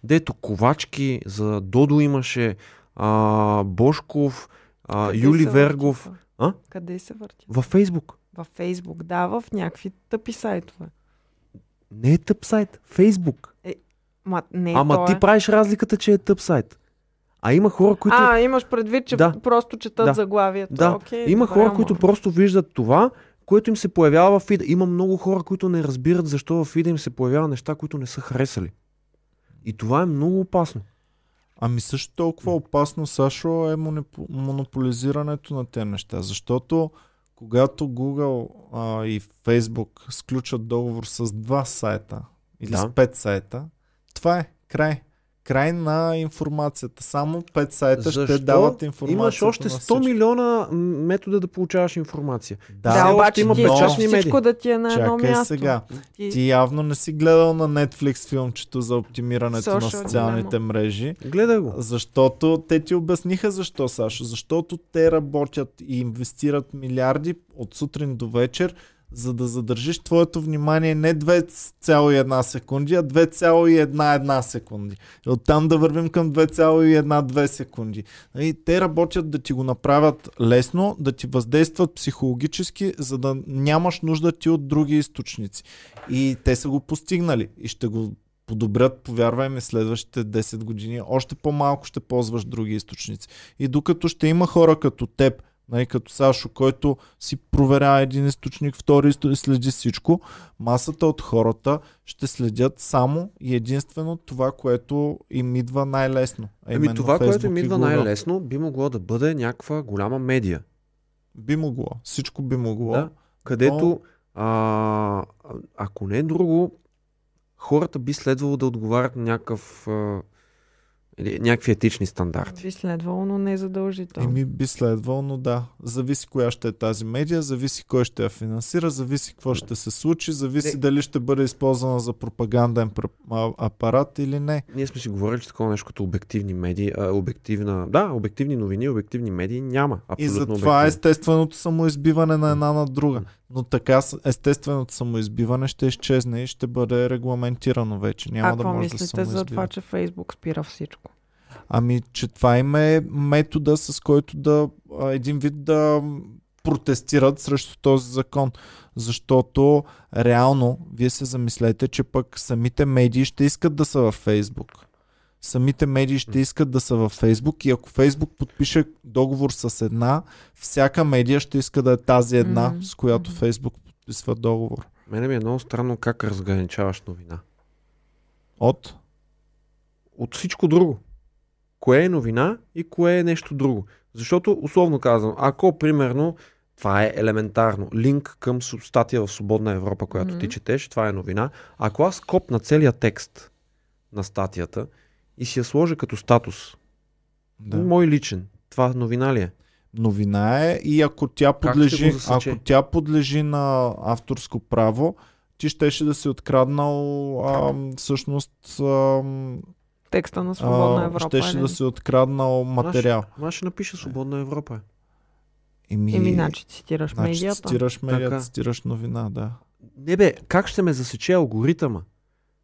Дето Ковачки, за Додо имаше, а, Бошков, а, Къде Юли се Вергов. върти това? А? Къде се върти? Във Фейсбук. Във Фейсбук, да, в някакви тъпи сайтове. Не е тъп сайт. Фейсбук. Ма, не, Ама то ти е. правиш разликата, че е тъп сайт. А има хора, които. А, имаш предвид, че Да. просто четат Да. заглавието. да, Окей, има добре, хора, ама- които просто виждат това, което им се появява в фида. Има много хора, които не разбират защо в фида им се появява неща, които не са харесали. И това е много опасно. Ами също толкова опасно, Сашо, е монопо- монополизирането на тези неща, защото когато Google а, и Facebook сключат договор с два сайта или Да. с пет сайта, това е край. Край на информацията. Само пет сайта ще дават информация. имаш още 100 милиона м, метода да получаваш информация. Да, Да, все обаче още има ти искаш печатни медии. всичко да ти е на едно Чакай място. сега. Ти- Ти явно не си гледал на Netflix филмчето за оптимирането на Social социалните мрежи. Гледай Е, го. Защото те ти обясниха защо, Сашо. Защото те работят и инвестират милиарди от сутрин до вечер, за да задържиш твоето внимание не 2,1 секунди, а 2,11 секунди. И оттам да вървим към 2,12 секунди. И те работят да ти го направят лесно, да ти въздействат психологически, за да нямаш нужда ти от други източници. И те са го постигнали и ще го подобрят, повярвай ми, следващите 10 години. Още по-малко ще ползваш други източници. И докато ще има хора като теб, Нали, като Сашо, който си проверява един източник, втори източник, следи всичко, масата от хората ще следят само и единствено това, което им идва най-лесно. а Еми именно Ами това, което Facebook им и идва Google. най-лесно, би могло да бъде някаква голяма медия, Би могло. Всичко би могло. Да. където, а, ако не е друго, хората би следвало да отговарят на някакъв, а, или някакви етични стандарти. Би следвало, но не е задължително. Еми би следвал, но да. Зависи коя ще е тази медия, зависи кой ще я финансира, зависи какво ще се случи, зависи Не. дали ще бъде използвана за пропаганден пр- а- апарат или не. Ние сме си говорили, че такова нещо като обективни медии, а, обективна, да, обективни новини, обективни медии няма. И Абсолютно затова обективни. естественото самоизбиване на една на друга. Но така с- естественото самоизбиване ще изчезне и ще бъде регламентирано вече. Няма а какво да може да се мислите за това, самоизбива. че Фейсбук спира всичко? Ами, че това им е метода, с който да а, един вид да протестират срещу този закон. Защото реално, вие се замислете, че пък самите медии ще искат да са във Фейсбук. Самите медии ще искат да са във Фейсбук и ако Фейсбук подпише договор с една, всяка медия ще иска да е тази една, Мгм. с която Мгм. Фейсбук подписва договор. Мене ми е много странно как разграничаваш новина. От? От всичко друго. Кое е новина и кое е нещо друго. Защото, условно казвам, ако примерно, това е елементарно, линк към су- статия в Свободна Европа, която ти Мгм. четеш, това е новина. Ако аз копна целият текст на статията и си я сложа като статус, Да. да. мой личен, това новина ли е? новина е и ако тя ще подлежи, го засече? ако тя подлежи на авторско право, ти щеше да си откраднал ам, всъщност ам, Текста на Свободна а, Европа. щеше е да ли? си откраднал материал. Ама ще напиша Свободна Европа. Еми, Еми, значи цитираш значи медията. цитираш медиа, Така. цитираш новина, да. Не бе, как ще ме засече алгоритъма?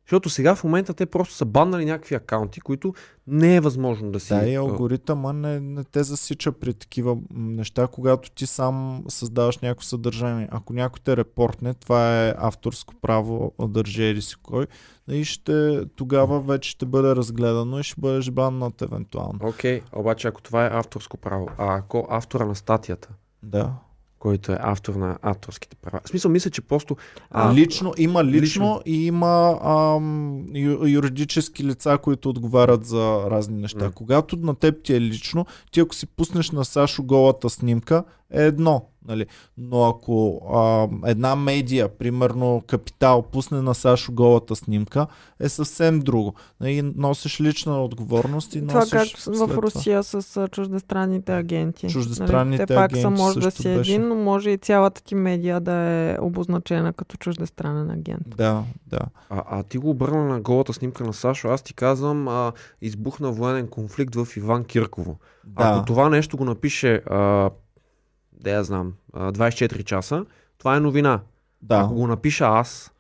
Защото сега в момента те просто са баннали някакви акаунти, които не е възможно да си... Да, и а, алгоритъма не, не те засича при такива м, неща, когато ти сам създаваш някакво съдържание. Ако някой те репортне, това е авторско право, държи или си кой, и ще, тогава вече ще бъде разгледано и ще бъдеш баннат евентуално. Окей, обаче ако това е авторско право, а ако автора на статията, Да. който е автор на авторските права. В смисъл, мисля, че просто... А, лично, има лично, лично лично. и има ам, ю, юридически лица, които отговарят за разни неща. М. Когато на теб ти е лично, ти ако си пуснеш на Сашо голата снимка, е едно. Нали? Но ако ам, една медия, примерно Капитал, пусне на Сашо голата снимка, е съвсем друго. И носиш лична отговорност и Това носиш как след в Русия с а, чуждестранните агенти. Нали, Чуждестранните Те пак са агенти може да също си беше. един, но може и цялата ти медия да е обозначена като чуждестранен агент. Да, да. А, а ти го обърна на голата снимка на Сашо, аз ти казвам, а, избухна военен конфликт в Иван Кирково. Ако да. това нещо го напише, а, да я знам, а, 24 часа, това е новина. да. Ако го напиша аз,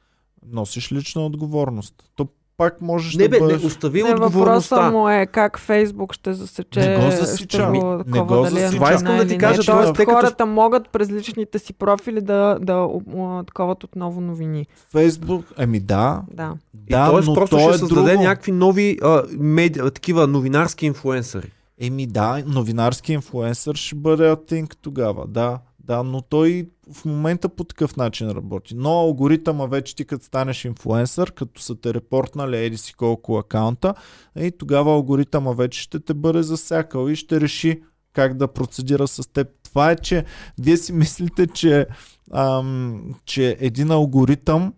Носиш лична отговорност. То пак можеш не да бе, бъдеш... не, остави Не, Е, въпросът отговорността. му е как Фейсбук ще засече. Не го ще засича. Ми, не такова го дали е засича. Това искам новина да ти или кажа, не. т.е. Тоест, те като- хората могат през личните си профили да, да об- а, таковат отново новини. Фейсбук, еми да, Да. И да, т.е. но просто то ще е създаде друго. някакви нови а, меди, а, такива новинарски инфлуенсъри. Еми да, новинарски инфлуенсър ще бъде Атинк тогава, да. Да, но той в момента по такъв начин работи. Но алгоритъма вече ти като станеш инфлуенсър, като са те репортнали еди си колко акаунта, и тогава алгоритъма вече ще те бъде засякал и ще реши как да процедира с теб. Това е, че вие си мислите, че, ам, че един алгоритъм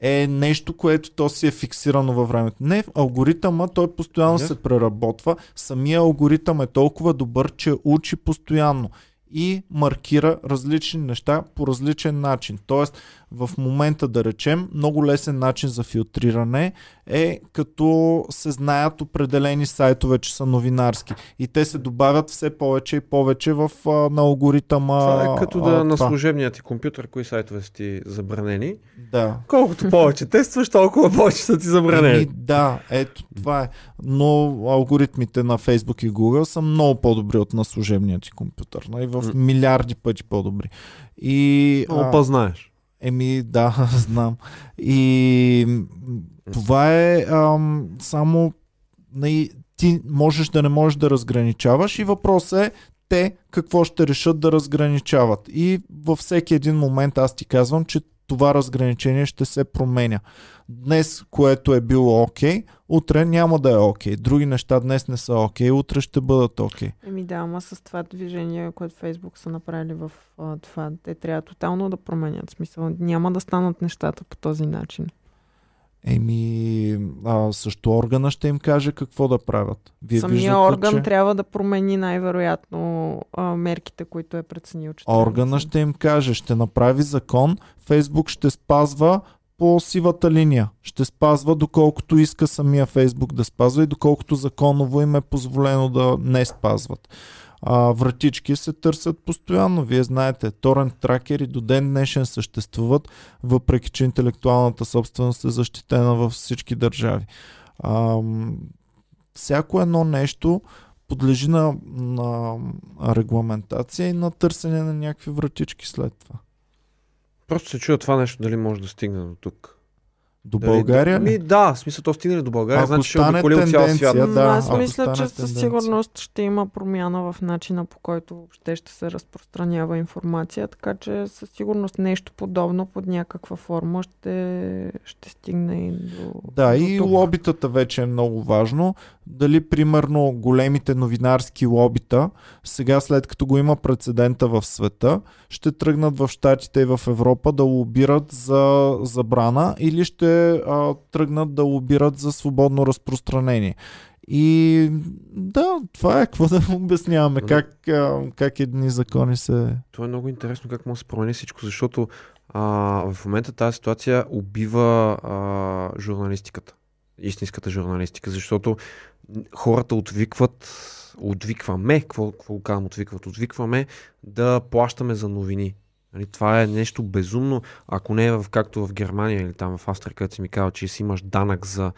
е нещо, което то си е фиксирано във времето. Не, алгоритъма той постоянно Да. се преработва. Самия алгоритъм е толкова добър, че учи постоянно и маркира различни неща по различен начин. Тоест, в момента да речем, много лесен начин за филтриране е като се знаят определени сайтове, че са новинарски. И те се добавят все повече и повече в, а, на алгоритъма. Това е като да а, на това. служебния ти компютър, кои сайтове са ти забранени. Да. Колкото повече тестваш, толкова повече са ти Ами, забранени. да, ето това е. Но алгоритмите на Facebook и Google са много по-добри от на служебния ти компютър. И в М. е милиарди пъти по-добри. И, Много Ами, а, пазнаеш. Еми, да, знам. И м, това е ам, само. нали, Ти можеш да не можеш да разграничаваш и въпросът е те какво ще решат да разграничават. И във всеки един момент аз ти казвам, че това разграничение ще се променя. Днес, което е било окей, утре няма да е окей. Други неща днес не са окей, утре ще бъдат окей. Еми да, ама с това движение, което Фейсбук са направили в а, това, те трябва тотално да променят смисъл. Няма да станат нещата по този начин. Еми, а, също органа ще им каже какво да правят. Вие Самия виждате, орган че... трябва да промени най-вероятно а, мерките, които е преценил, че трябва да Органа са. ще им каже, ще направи закон, Фейсбук ще спазва по сивата линия. Ще спазва доколкото иска самия Фейсбук да спазва и доколкото законово им е позволено да не спазват. А, вратички се търсят постоянно. Вие знаете, торент тракери до ден днешен съществуват, въпреки че интелектуалната собственост е защитена във всички държави. А, всяко едно нещо подлежи на, на регламентация и на търсене на някакви вратички след това. Просто се чуя това нещо, дали може да стигне до тук. До Дали- България ли? Ми, да, в смисъл, то стигне ли до България, Ако значи ще стане обиколил цял тенденция, свят. Тя, да, Аз ако мисля, стане че със тенденция. сигурност ще има промяна в начина по който въобще ще се разпространява информация, така че със сигурност нещо подобно под някаква форма ще, ще стигне и до. Да, до и тук. лобитата вече е много важно. Дали, примерно, големите новинарски лобита, сега след като го има прецедента в света, ще тръгнат в Штатите и в Европа да лобират за забрана или ще а, тръгнат да лобират за свободно разпространение. И да, това е какво да обясняваме. Да. Как, а, как едни закони се Това е много интересно как може да се промени всичко, защото а, в момента тази ситуация убива а, журналистиката. Истинската журналистика, защото хората отвикват, отвикваме, какво, какво го казвам, отвикват, отвикваме да плащаме за новини. Нали, това е нещо безумно, ако не е в, както в Германия или там в Австрия, където си ми казва, че си имаш данък за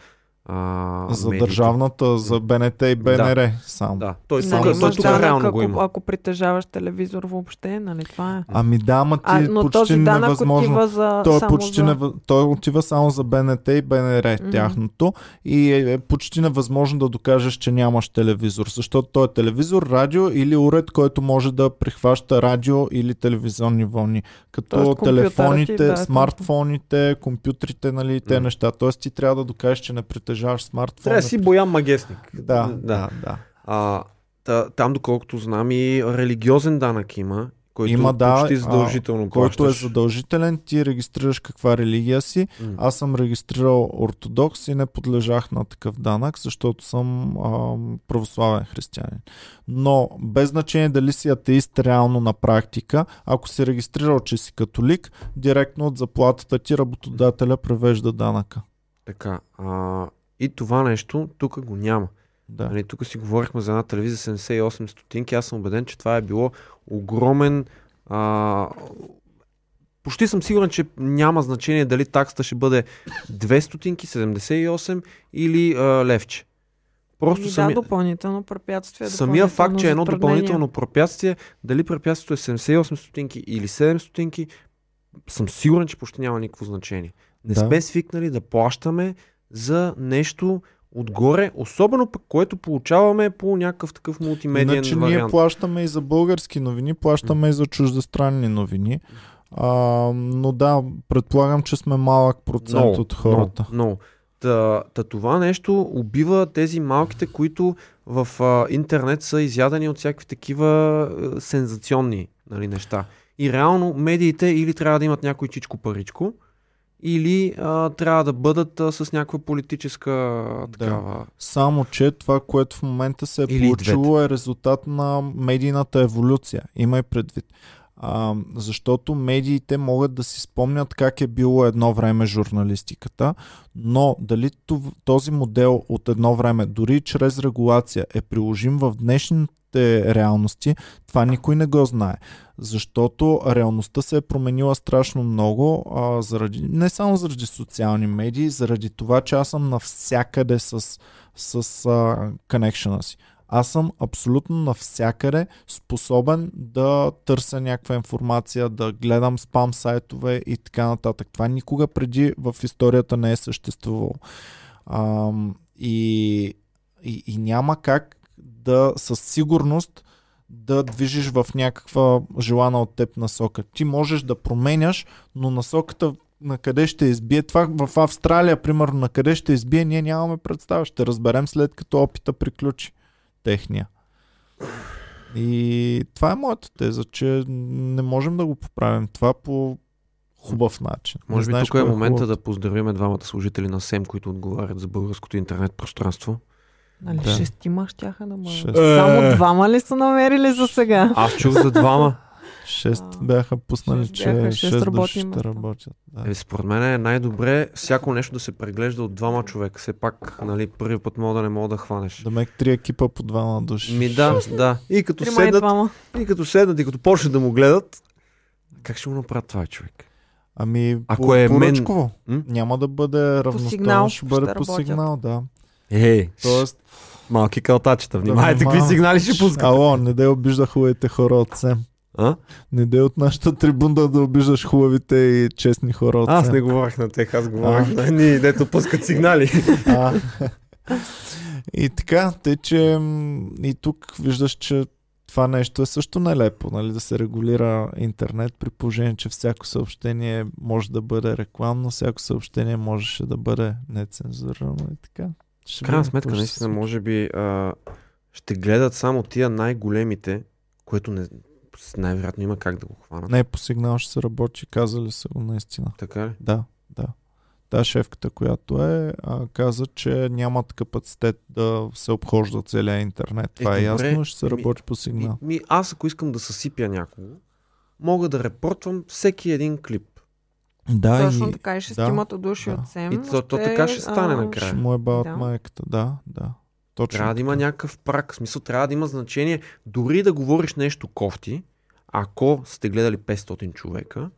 а, за медиите. държавната, за БНТ и БНР само. Да, той, той, Нали, само той, имаш тук данък, реално го ако, има. ако притежаваш телевизор въобще, нали това е. Ами да, ама ти А, но почти този данък невъзможно. отива за. Той, е само почти за... за... нев... Той отива само за БНТ и БНР mm-hmm. Мгм. тяхното и е е почти невъзможно да докажеш, че нямаш телевизор, защото той е телевизор, радио или уред, който може да прихваща радио или телевизионни вълни. Като Тоест, Тоест, компютъра ти, телефоните, да, е да, точно. смартфоните, компютрите, нали, и те Мгм. неща. Тоест ти трябва да докажеш, че не притежаваш смартфон. Трябва да си Боян Магесник. Да, да. да, да. А, та, там, доколкото знам, и религиозен данък има, който Има, има, да, да, почти а, задължително Който е плащаш. задължителен, ти регистрираш каква религия си, М. Аз съм регистрирал ортодокс и не подлежах на такъв данък, защото съм а, православен християнин. Но без значение дали си атеист реално на практика, ако си регистрирал, че си католик, директно от заплатата ти работодателя превежда данъка. Така. А, и това нещо тук го няма. Да. Нали, тук си говорихме за една телевизия 78 стотинки. Аз съм убеден, че това е било огромен. А, почти съм сигурен, че няма значение дали таксата ще бъде 2 стотинки, 78 или а, левче. Просто Ами сами... Да, допълнително препятствие. Самия факт, че е едно затруднение. допълнително препятствие, дали препятствието е 78 стотинки или 7 стотинки, съм сигурен, че почти няма никакво значение. Не Да. да. сме свикнали да плащаме за нещо отгоре, особено пък което получаваме по някакъв такъв мултимедиен Иначе ние вариант. плащаме и за български новини, плащаме и за чуждестранни новини. А, но да, предполагам, че сме малък процент Много, от хората. Но, но. Та, та това нещо убива тези малките, които в а, интернет са изядени от всякакви такива а, сензационни нали, неща. И реално медиите или трябва да имат някой чичко паричко, или а, трябва да бъдат а, с някаква политическа а, Да. такава. Само, че това, което в момента се е Или и получило е резултат на медийната еволюция. Имай предвид. А, защото медиите могат да си спомнят как е било едно време журналистиката, но дали тов- този модел от едно време, дори чрез регулация, е приложим в днешните реалности, това никой не го знае. Защото реалността се е променила страшно много, а, заради, не само заради социални медии, заради това, че аз съм навсякъде с с а, конекшена си. Аз съм абсолютно навсякъде способен да търся някаква информация, да гледам спам сайтове и така нататък. Това никога преди в историята не е съществувало. Ам, и, и, и няма как да със сигурност да движиш в някаква желана от теб насока. Ти можеш да променяш, но насоката на къде ще избие това в Австралия, примерно, на къде ще избие, ние нямаме представа. Ще разберем след като опита приключи техния. И това е моята теза, че не можем да го поправим това по хубав начин. Не Може би знаеш тук е кой момента хубав. да поздравим двамата служители на СЕМ, които отговарят за българското интернет пространство. Нали, Е, Да. шестима щяха да му... Шест. Е. Само двама ли са намерили за сега? Аз чух за двама. Шест А, бяха пуснали, шест че бяха, шест 6 работни души ще места. работят. Да. Е, според мен е най-добре всяко нещо да се преглежда от двама човека. Все пак, нали, първи път мога да не мога да хванеш. Да мек три екипа по двама души. Ми да, да. И като Трима и седнат, двама. и като седнат, и като почнат да му гледат, как ще го направят това човек? Ами, Ако по, е мен- поръчково. М? Няма да бъде равностойно, сигнал ще бъде ще по работят. сигнал, да. Ей, Тоест, малки калтачета, внимайте какви внимавам. сигнали ще пускат. ало, не дай обижда хубавите хора от СЕМ. А? Не дай от нашата трибунда да обиждаш хубавите и честни хора от Аз СЕМ. не говорих на тех, аз говорих на ни, дето пускат сигнали. А. И така, те, че м, и тук виждаш, че това нещо е също нелепо, нали, да се регулира интернет, при положение, че всяко съобщение може да бъде рекламно, всяко съобщение можеше да бъде нецензурирано и така. В Ще крайна видим сметка, какво ще наистина, се случи. може би а, ще гледат само тия най-големите, което не, с- най-вероятно има как да го хванат. Не, по сигнал ще се работи, казали са го наистина. Така ли? Да, да. Та шефката, която е, а, каза, че нямат капацитет да се обхожда целия интернет. Това е, добре, ясно, ще се ами, работи по Ми, сигнал. ми, аз ако искам да съсипя някого, мога да репортвам всеки един клип. Да, Точно и- така и шестимата души да. от СЕМ. И то- то така ще стане накрая. Ще му е бават Да. майката, да, да. Точно. Трябва да има така. някакъв прак. В смисъл, трябва да има значение. Дори да говориш нещо кофти, ако сте гледали 500 човека,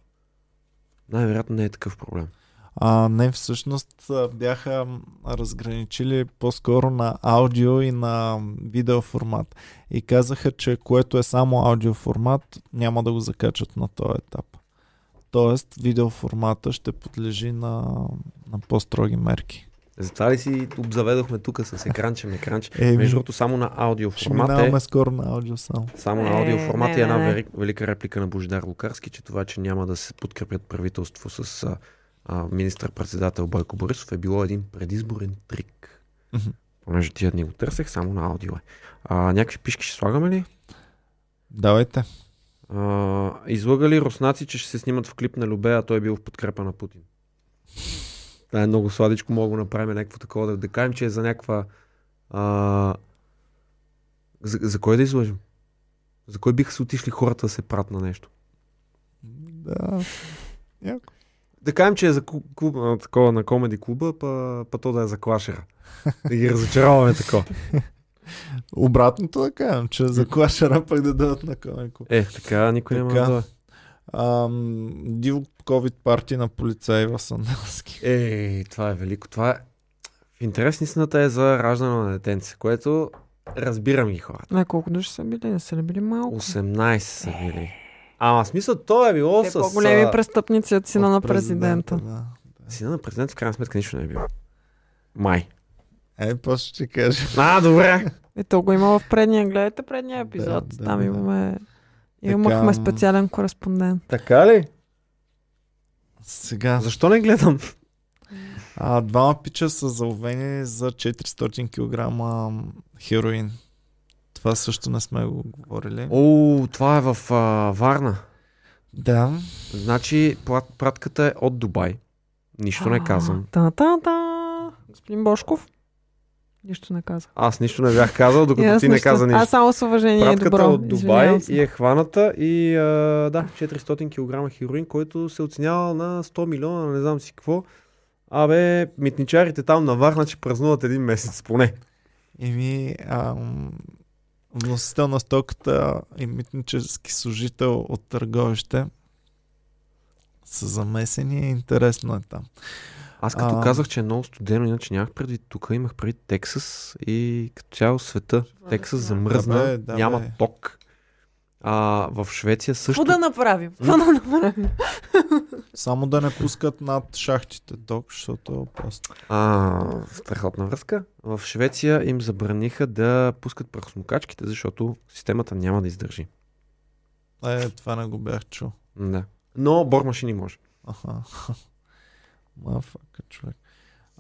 най-вероятно не е такъв проблем. А, не, всъщност а, бяха м, разграничили по-скоро на аудио и на м, видео формат. И казаха, че което е само аудио формат, няма да го закачат на този етап. Тоест, видео формата ще подлежи на, на по-строги мерки. Затова ли си обзаведохме тук с екранче, мекранче? Еми, Между другото, само на аудио Ще формат е... минаваме скоро на аудио само. Само на Е, аудио формат не, и една не, не. вери- велика реплика на Божидар Лукарски, че това, че няма да се подкрепят правителство с а, а, министър-председател Бойко Борисов е било един предизборен трик. Мгм. Понеже тия дни го търсех, само на аудио е. А, някакви пишки ще слагаме ли? Давайте. А, излагали руснаци, че ще се снимат в клип на Любе, а той е бил в подкрепа на Путин. Това е много сладичко, мога да го направим някакво такова, да, да кажем, че е за някаква... А... За, за кой да излъжем? За кой биха се отишли хората да се прат на нещо? Да. Яко. Да кажем, че е за клуб, клуб, а, такова на комеди клуба, па, па то да е за клашера. Да ги разочароваме такова. Обратното да кажем, че за клашера пък да дадат на Комеко. Е, така никой няма Така. да дойде. Ам, диво ковид парти на полицаи в Сандалски. Е, това е велико. Това е... В интерес на истината е за раждане на детенце, което разбирам ги хората. Не, колко души са били? Не са ли били малко? 18 са били. Ама в смисъл, то е било Те с... по-големи а, престъпници от сина От на президента. Да. Сина на президент в крайна сметка нищо не е било. Май. Е, после ще кажа. А, добре. И то го има в предния. Гледайте предния епизод. Да, да, Там да. имаме... Така, Имахме м. специален кореспондент. така ли? Сега. Защо не гледам? А, двама пича са заловени за 400 кг хероин. Това също не сме го говорили. О, това е в а, Варна. Да. Значи, плат, пратката е от Дубай. Нищо не казвам. Та, та, та. Господин Бошков? Нищо не каза. Аз нищо не бях казал, И докато аз ти не нищо- каза Аз нищо. само с уважение и Пратката е добро. от Дубай Извинявам се. и е хваната и а, да, 400 кг хероин, който се оценява на 100 милиона, не знам си какво. Абе, митничарите там на Варна, че празнуват един месец поне. Еми, ам, вносител на стоката и митнически служител от търговище са замесени. Интересно е там. Аз като А. казах, че е много студено, иначе нямах преди тук, имах преди Тексас и като цяло света. Тексас замръзна, Да бе, да няма бе. ток. А, в Швеция също. Какво да направим? Какво да направим? Само да не пускат над шахтите ток, защото е опасно. А, страхотна връзка. В Швеция им забраниха да пускат прахосмокачките, защото системата няма да издържи. Е, това не го бях чул. Да. Но бормашини може. Аха. Мафака, човек.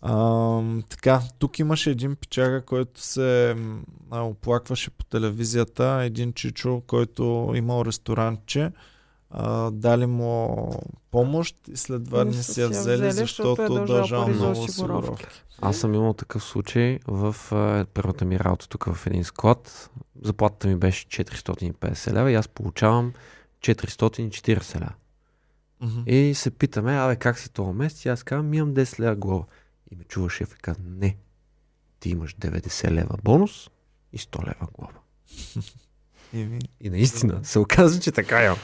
А, така, тук имаше един пичага, който се м, а, оплакваше по телевизията. Един чичо, който имал ресторантче. А, дали му помощ и след два Не дни са си си я я взели, взели, защото защото е дължал дължал пари за много осигуровки. осигуровки. Аз съм имал такъв случай в а, първата ми работа тук в един склад. Заплатата ми беше 450 лева и аз получавам 440 лева. Мгм. И се питаме, абе как си този месец? И аз казвам, ми имам 10 лева глава. И ме чува шеф и казва, не, ти имаш 90 лева бонус и 100 лева глава. И ми- И наистина се оказа, че така имам.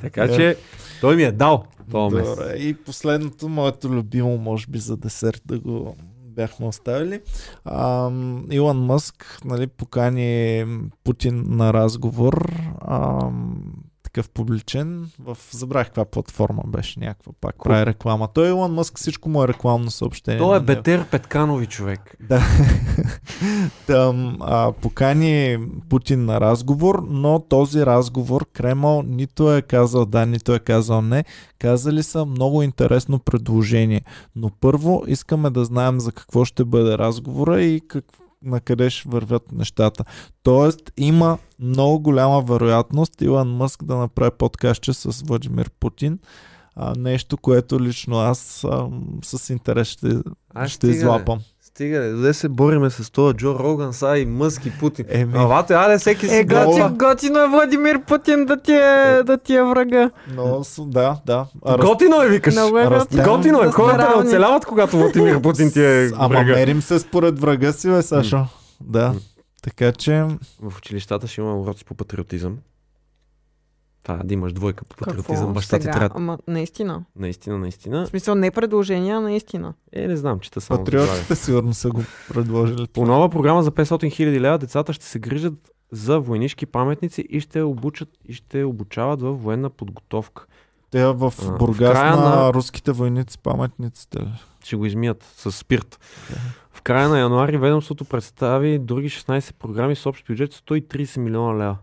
Така че той ми е дал този месец. Добре, и последното, моето любимо, може би за десерт да го бяхме оставили. Ам, Илон Мъск нали, покани Путин на разговор, ам, такъв публичен, в, забравих каква платформа беше някаква, пак прави реклама. Той Илон Мъск, всичко му е рекламно съобщение. Той е на него. Бетер Петканови човек. Да. Там а, покани Путин на разговор, но този разговор Кремъл нито е казал да, нито е казал не. Казали са много интересно предложение. Но първо искаме да знаем за какво ще бъде разговора и как, на къде ще вървят нещата. Тоест има много голяма вероятност Илон Мъск да направи подкастче с Владимир Путин. А, нещо, което лично аз а, с интерес ще, Аз ще е излапам. Стига, де, доде се бориме с това Джо Роган, са и Мъск и Путин. Еми. Авате, аде всеки си Е, глава. готин, готино е Владимир Путин да ти е, да ти е врага. Но, с- да, да. А, раз- Готино е, викаш. Много е раз- готин. Готино е, Да сме хората не равни. оцеляват, когато Владимир Путин ти е Ама врага. мерим се според врага си, бе, Сашо. Да. Така че, В училищата ще има уроци по патриотизъм. Та, да имаш двойка по патриотизъм, Какво баща ти сега? трябва. Ама, наистина. Наистина, наистина. В смисъл не предложения, а наистина. Е, не знам, чета само заглавие. патриотите сигурно са го предложили. По нова програма за 500 000 лева децата ще се грижат за войнишки паметници и ще, обучат, и ще обучават във военна подготовка. Те в А, в Бургас края на... на- руските войници паметниците. ли? ще го измият с спирт. В края на януари ведомството представи други 16 програми с общ бюджет 130 милиона лева.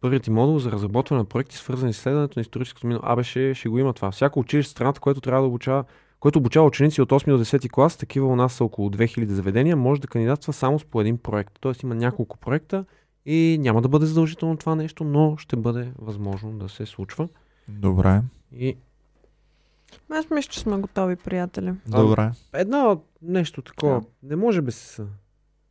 Първият ти модул за разработване на проекти, свързани с изследването на историческото минало. Абе, ще, ще го има това. Всяко училище в страната, което трябва да обучава, което обучава ученици от 8 до 10 клас, такива у нас са около 2000 заведения, може да кандидатства само с по един проект. Тоест има няколко проекта и няма да бъде задължително това нещо, но ще бъде възможно да се случва. Добре. И Аз мисля, че сме готови, приятели. Добре. Една нещо такова. Не може без.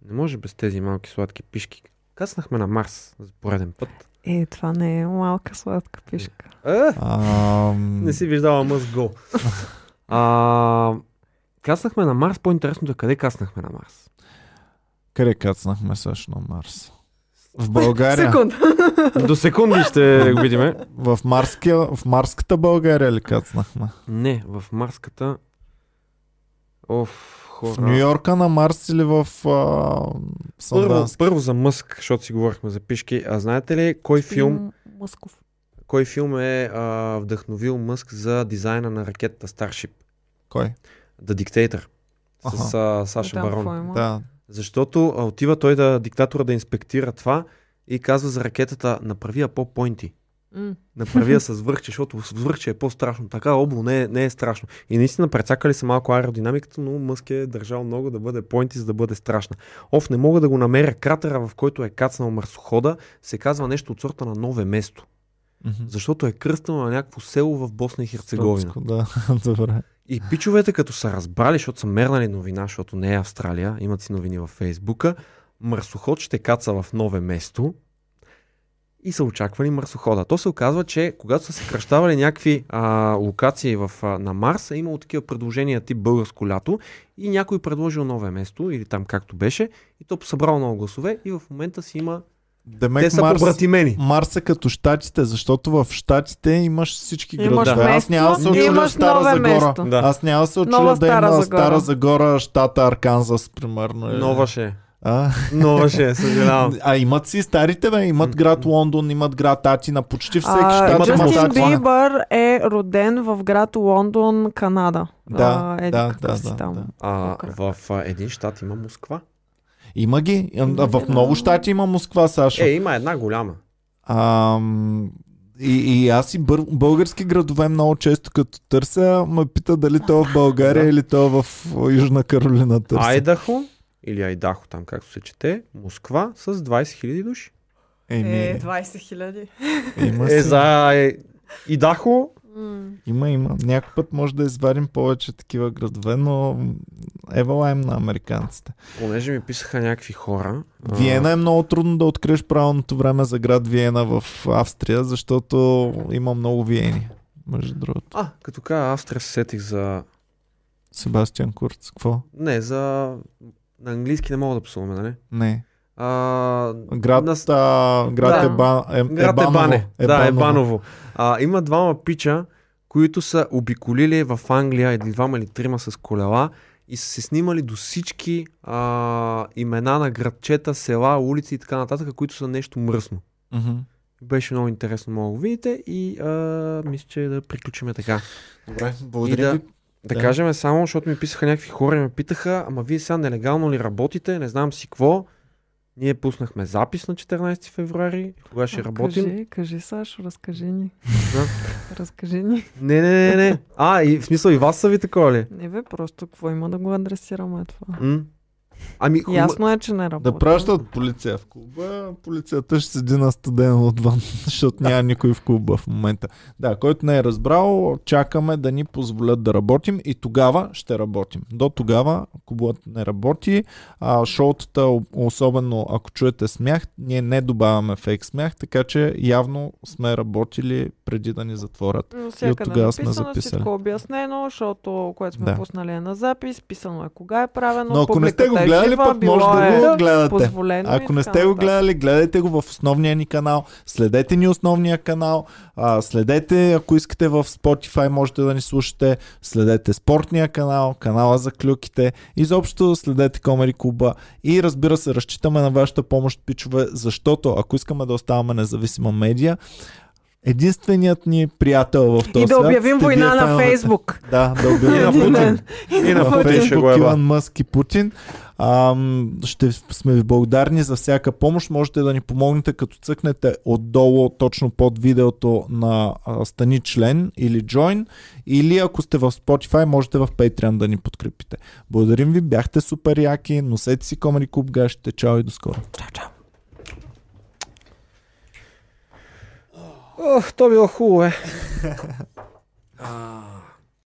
Не може без тези малки сладки пишки. Каснахме на Марс за пореден път. Е, това не е малка сладка пишка. А, А, не си виждала Мъс Го. А, каснахме на Марс. По-интересното е къде каснахме на Марс. Къде кацнахме също на Марс? В България. Секунда. До секунди ще го видиме. в, Марския, в Марската България ли кацнахме? Не, в Марската. Оф, В хора. Нью Йорка на Марс или в а, Първо, Сандански? първо за Мъск, защото си говорихме за пишки. А знаете ли кой филм М- Мъсков. Кой филм е а, вдъхновил Мъск за дизайна на ракетата Starship? Кой? The Dictator. С а, Саша Е, Там какво Барон. има? Да. Защото а, отива той да диктатора да инспектира това и казва за ракетата направи я по-пойнти. М. Направи я с върхче, защото с върхче е по-страшно. Така обло не е, не е страшно. И наистина прецакали са малко аеродинамиката, но Мъск е държал много да бъде пойнти, за да бъде страшна. Оф, не мога да го намеря. Кратера, в който е кацнал марсохода, се казва нещо от сорта на нове место Мгм. защото е кръстено на някакво село в Босна и Херцеговина. Тотско, Да, добре. И пичовете, като са разбрали, защото са мернали новина, защото не е Австралия, имат си новини във Фейсбука, марсоход ще каца в нове место и са очаквали марсохода. То се оказва, че когато са се кръщавали някакви а, локации в, а, на Марс, е имало такива предложения тип българско лято и някой предложил нове место или там както беше и то събрал много гласове и в момента си има... Демек Те са Марс, побратимени. Марс е като щатите, защото в щатите имаш всички Имаш градове. Аз место няма да се и очудя имаш Стара нове Загора. место. Аз няма да се Нова очудя да Стара има Загора. Стара Загора, щата Арканзас, примерно. или- Нова е, ще. е. А, Много ще, съжалявам. а имат си старите, бе. Имат град Лондон, имат град Атина, почти всеки А, щат има Джастин статуя. Бибър е роден в град Лондон, Канада. Да, а, еди да, какъв да, си да, там. да. А, Окръг. в а, един щат има Москва. Има ги. Има В ги, много да. щати има Москва, Сашо. Е, има една голяма. Ам, и, и аз и бър, български градове много често като търся, ме пита дали то е в България Да. или то е в Южна Каролина търся. Айдахо или Айдахо, там както се чете, Москва с 20 000 души. Еми, 20 Е, хиляди. Е, има, Е, си, за е, Идахо, има, има. Някой път може да извадим повече такива градове, но ева лайм на американците. понеже ми писаха някакви хора. а, Виена е много трудно да откриеш правилното време за град Виена в Австрия, защото има много Виени. Между другото. А, като кажа Австрия се сетих за... Себастиан Курц, какво? Не, за... На английски не мога да псуваме, нали? Не. А, Град, Нас- а, град Да. Еба, е, Град Ебаново. Ебане. Да, Ебаново. А, има двама пича, които са обиколили в Англия, един двама или трима с колела и са се снимали до всички а, имена на градчета, села, улици и така нататък, които са нещо мръсно. Мгм. Беше много интересно, мога да го видите и а, мисля, че да приключиме така. Добре, И благодаря да- ви. Да, Да. да кажем само, защото ми писаха някакви хора и ме питаха, ама вие сега нелегално ли работите, не знам си какво. Ние пуснахме запис на 14 февруари, кога ще работим. Кажи, кажи, Сашо, разкажи ни. Да. разкажи ни. Не, не, не, не. А, и в смисъл и вас са ви такова ли? Не бе, просто какво има да го адресираме е това? М? Ами, хуба... Ясно е, че не работи. Да пращат полиция в клуба, полицията ще седи на стадено отвън, защото няма никой в клуба в момента. Да, който не е разбрал, чакаме да ни позволят да работим и тогава ще работим. До тогава клубът не работи, а шоутата, о- особено ако чуете смях, ние не добавяме фейк смях, така че явно сме работили преди да ни затворят. Но всякъде тогава сме написано, записали. всичко е обяснено, защото което сме Да. пуснали е на запис, писано е кога е правено, Но ако не сте го публиката е гледали, жива, пък може било е да го гледате. позволено и Ако не така сте го нататък. гледали, гледайте го в основния ни канал, следете ни основния канал, а, следете, ако искате в Spotify можете да ни слушате, следете спортния канал, канала за клюките, изобщо следете Комери Куба и разбира се, разчитаме на вашата помощ, пичове, защото ако искаме да оставаме независима медия, единственият ни приятел в този И да свят обявим сте вие война на феновете. Фейсбук. Да, да обявим на Путин. И на Е, на Путин. ще го Фейсбук еба. Илон Мъск и Путин. Ам, ще сме ви благодарни за всяка помощ. Можете да ни помогнете като цъкнете отдолу, точно под видеото на а, Стани член или Join. Или ако сте в Spotify, можете в Patreon да ни подкрепите. Благодарим ви, бяхте супер яки, носете си Комери Куб гащите. Чао и до скоро. Ох, то било хубаво, е.